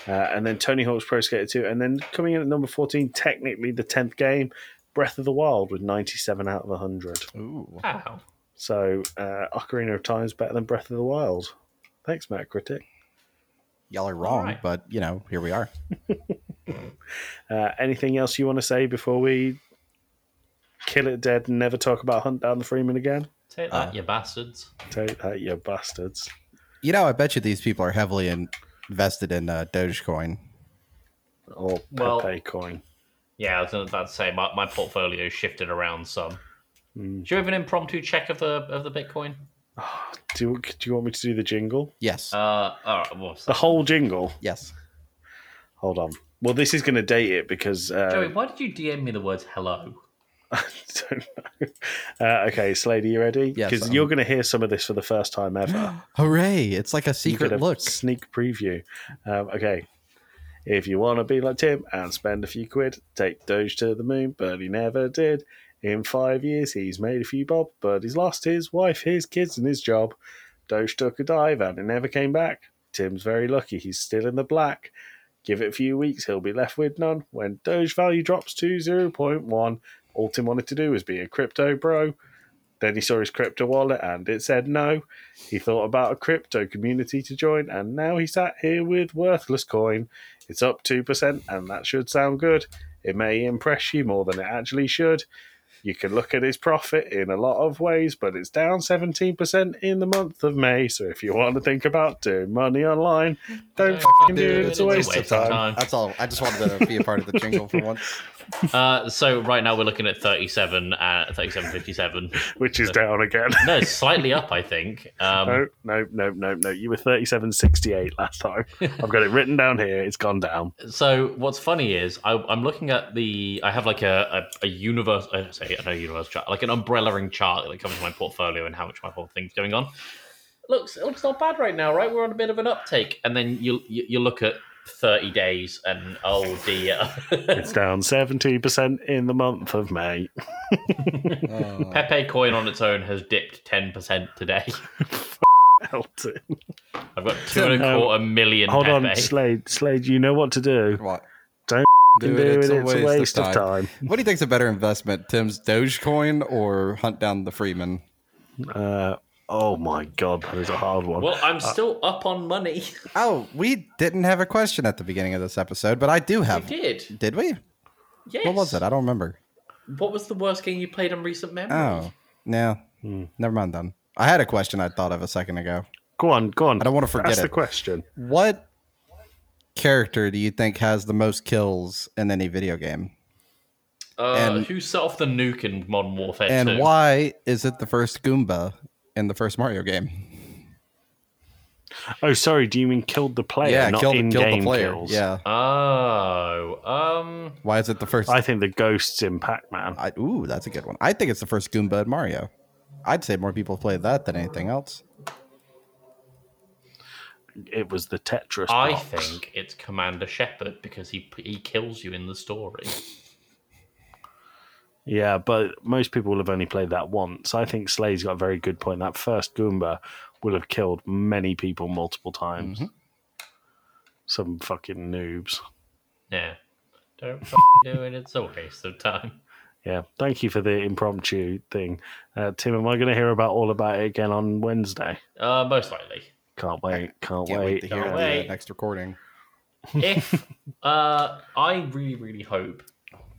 [SPEAKER 2] Uh, and then Tony Hawk's Pro Skater 2. And then coming in at number 14, technically the 10th game, Breath of the Wild with 97 out of 100.
[SPEAKER 3] Ooh.
[SPEAKER 1] Wow.
[SPEAKER 2] So uh, Ocarina of Time is better than Breath of the Wild. Thanks, Metacritic.
[SPEAKER 3] Y'all are wrong,
[SPEAKER 1] right.
[SPEAKER 3] but, you know, here we are.
[SPEAKER 2] Uh, anything else you want to say before we kill it dead and never talk about Hunt Down the Freeman again?
[SPEAKER 1] Take
[SPEAKER 2] Uh.
[SPEAKER 1] that, you bastards.
[SPEAKER 2] Take that, you bastards.
[SPEAKER 3] You know, I bet you these people are heavily in- invested in uh, Dogecoin.
[SPEAKER 2] Or Pepe
[SPEAKER 1] Well-
[SPEAKER 2] Coin.
[SPEAKER 1] Yeah, I was about to say my, my portfolio shifted around some.
[SPEAKER 2] Hmm.
[SPEAKER 1] Do you have an impromptu check of the of the Bitcoin?
[SPEAKER 2] Do you, do you want me to do the jingle?
[SPEAKER 3] Yes.
[SPEAKER 1] Uh, all right. What's
[SPEAKER 2] (laughs) The
[SPEAKER 1] that?
[SPEAKER 2] whole jingle?
[SPEAKER 3] yes.
[SPEAKER 2] Hold on. Well, this is going to date it because uh,
[SPEAKER 1] Joey, why did you DM me the words "hello"?
[SPEAKER 2] (laughs) I don't know. Uh, okay, Slade, are you ready?
[SPEAKER 3] Yes,
[SPEAKER 2] because
[SPEAKER 3] I'm-
[SPEAKER 2] you're going to hear some of this for the first time ever. (laughs)
[SPEAKER 3] Hooray. It's like a
[SPEAKER 2] You get
[SPEAKER 3] secret
[SPEAKER 2] a
[SPEAKER 3] look.
[SPEAKER 2] sneak preview. Um, okay, if you want to be like Tim and spend a few quid, take Doge to the moon, but he never did. In five years, he's made a few bob, but he's lost his wife, his kids, and his job. Doge took a dive and it never came back. Tim's very lucky; he's still in the black. Give it a few weeks, he'll be left with none. When Doge value drops to 0.1, All Tim wanted to do was be a crypto bro. Then he saw his crypto wallet and it said no. He thought about a crypto community to join, and now he sat here with worthless coin. It's up 2%, and that should sound good. It may impress you more than it actually should. You can look at his profit in a lot of ways, but it's down 17% in the month of May. So if you want to think about doing money online, don't
[SPEAKER 1] Don't
[SPEAKER 2] fucking do
[SPEAKER 3] do
[SPEAKER 2] it.
[SPEAKER 3] it.
[SPEAKER 2] It's a waste of time.
[SPEAKER 3] That's all. I just wanted to be a part of the jingle (laughs) for once.
[SPEAKER 1] (laughs) Uh, so right now we're looking at 37 uh, 37.57.
[SPEAKER 2] Which is down again.
[SPEAKER 1] No, it's slightly up, I think. Um,
[SPEAKER 2] No, no, no, no, no. You were 37.68 last time.
[SPEAKER 1] (laughs)
[SPEAKER 2] I've got it written down here. It's gone down.
[SPEAKER 1] So what's funny is I, I'm looking at the I have like a a, a universe I say I know universe chart like an umbrellaing chart that covers my portfolio and how much my whole thing's going on. Looks it looks not bad right now, right? We're on a bit of an uptake, and then you you, you look at thirty days and oh dear, (laughs)
[SPEAKER 2] It's down 70% in the month of May. (laughs)
[SPEAKER 3] Oh.
[SPEAKER 1] Pepe coin on its own has dipped ten percent today.
[SPEAKER 2] Helton.
[SPEAKER 1] I've got two and a
[SPEAKER 2] Um,
[SPEAKER 1] quarter million.
[SPEAKER 2] Hold
[SPEAKER 1] Pepe.
[SPEAKER 2] on, Slade. Slade, you know what to do.
[SPEAKER 3] (laughs) What?
[SPEAKER 2] Don't
[SPEAKER 3] (laughs) do
[SPEAKER 2] do
[SPEAKER 3] it.
[SPEAKER 2] it.
[SPEAKER 3] It's a waste of
[SPEAKER 2] of time.
[SPEAKER 3] What do you think's a better investment, Tim's Dogecoin or hunt down the Freeman?
[SPEAKER 2] Uh, oh my god, that is a hard one.
[SPEAKER 1] Well,
[SPEAKER 3] Uh,
[SPEAKER 1] I'm still up on money. (laughs)
[SPEAKER 3] Oh, we didn't have a question at the beginning of this episode, but I do
[SPEAKER 1] I
[SPEAKER 3] have.
[SPEAKER 1] did.
[SPEAKER 3] Did we?
[SPEAKER 1] Yes.
[SPEAKER 3] What was it? I don't remember.
[SPEAKER 1] What was the worst game you played on recent memory?
[SPEAKER 3] Oh, no.
[SPEAKER 2] Hmm.
[SPEAKER 3] Never mind then. I had a question I thought of a second ago.
[SPEAKER 2] go on, go on.
[SPEAKER 3] I don't wanna forget
[SPEAKER 2] Ask the
[SPEAKER 3] it.
[SPEAKER 2] question.
[SPEAKER 3] What character do you think has the most kills in any video game?
[SPEAKER 1] Uh,
[SPEAKER 3] Oh, And-
[SPEAKER 1] who set off the nuke in Modern Warfare
[SPEAKER 3] And
[SPEAKER 1] 2?
[SPEAKER 3] why is it the first Goomba in the first Mario game?
[SPEAKER 2] Oh, sorry. Do you mean killed the player,
[SPEAKER 3] yeah,
[SPEAKER 2] Oh, not
[SPEAKER 3] kill,
[SPEAKER 2] in-game
[SPEAKER 3] kill the player.
[SPEAKER 2] kills?
[SPEAKER 3] Yeah.
[SPEAKER 1] Oh, um,
[SPEAKER 3] Why is it the first?
[SPEAKER 2] I think the ghosts in Pac-Man.
[SPEAKER 3] I, ooh, that's a good one. I think it's the first Goomba in Mario. I'd say more people play that than anything else.
[SPEAKER 2] It was the Tetris.
[SPEAKER 1] I
[SPEAKER 2] box.
[SPEAKER 1] think it's Commander Shepard because he he kills you in the story. (laughs)
[SPEAKER 2] Yeah, but most people will have only played that once. I think Slade's got a very good point. That first Goomba will have killed many people multiple times. Some fucking noobs.
[SPEAKER 1] Yeah, don't (laughs) f- do it. It's a waste of time.
[SPEAKER 2] Yeah, thank you for the impromptu thing, uh, Tim. Am I going to hear about all about it again on Wednesday?
[SPEAKER 1] Uh, most likely,
[SPEAKER 2] Can't wait! Can't,
[SPEAKER 3] Can't
[SPEAKER 2] wait!
[SPEAKER 3] wait, to hear
[SPEAKER 1] Can't
[SPEAKER 3] the
[SPEAKER 1] wait.
[SPEAKER 3] uh, next recording.
[SPEAKER 1] if uh, I really really hope,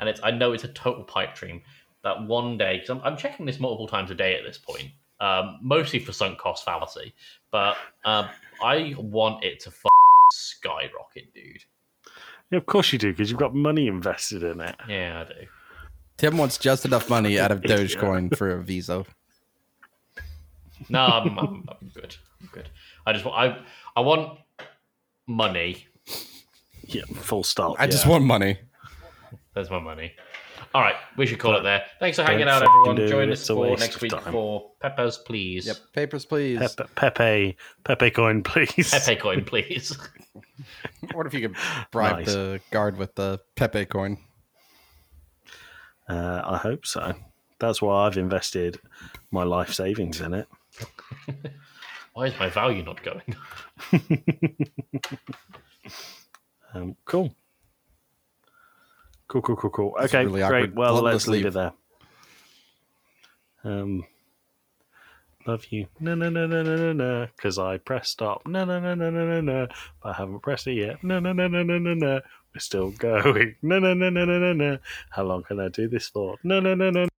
[SPEAKER 1] and it's I know it's a total pipe dream that one day because I'm, I'm checking this multiple times a day at this point, um, mostly for sunk cost fallacy, but um, I want it to f- skyrocket, dude.
[SPEAKER 2] Yeah, of course you do, because you've got money invested in it.
[SPEAKER 1] Yeah, I do.
[SPEAKER 3] Tim wants just enough money out (laughs) of Dogecoin for a Visa.
[SPEAKER 1] No, I'm, I'm, I'm good. I'm good. I just want I I want money.
[SPEAKER 2] Yeah, full stop.
[SPEAKER 3] I just want money.
[SPEAKER 1] There's my money. All right, we should call it there. Thanks for hanging out,
[SPEAKER 2] Don't fucking
[SPEAKER 1] everyone.
[SPEAKER 2] do
[SPEAKER 1] Join
[SPEAKER 2] it.
[SPEAKER 1] us
[SPEAKER 2] It's a
[SPEAKER 1] for
[SPEAKER 2] waste
[SPEAKER 1] next
[SPEAKER 2] of
[SPEAKER 1] week
[SPEAKER 2] time.
[SPEAKER 1] for Peppers, please.
[SPEAKER 3] Yep, papers, please.
[SPEAKER 2] Pepe, Pepe, Pepe coin, (laughs) please.
[SPEAKER 1] Pepe coin, please. (laughs)
[SPEAKER 3] What if you could bribe
[SPEAKER 2] Nice.
[SPEAKER 3] the guard with the Pepe coin?
[SPEAKER 2] Uh, I hope so. That's why I've invested my life savings in it.
[SPEAKER 1] Why is my value not going? up?
[SPEAKER 2] Um, cool. Cool, cool, cool, cool.
[SPEAKER 3] It's
[SPEAKER 2] Okay,
[SPEAKER 3] really
[SPEAKER 2] great.
[SPEAKER 3] awkward.
[SPEAKER 2] Well,
[SPEAKER 3] Let-
[SPEAKER 2] let's
[SPEAKER 3] let's leave.
[SPEAKER 2] leave it there. Um, love you. No, no, no, no, no, no, no. Because I pressed stop. No, no, no, no, no, no, no. But I haven't pressed it yet. No, no, no, no, no, (laughs) no, no. We're still going. No, no, no, no, no, no, no. How long can I do this for? No, no, no, no.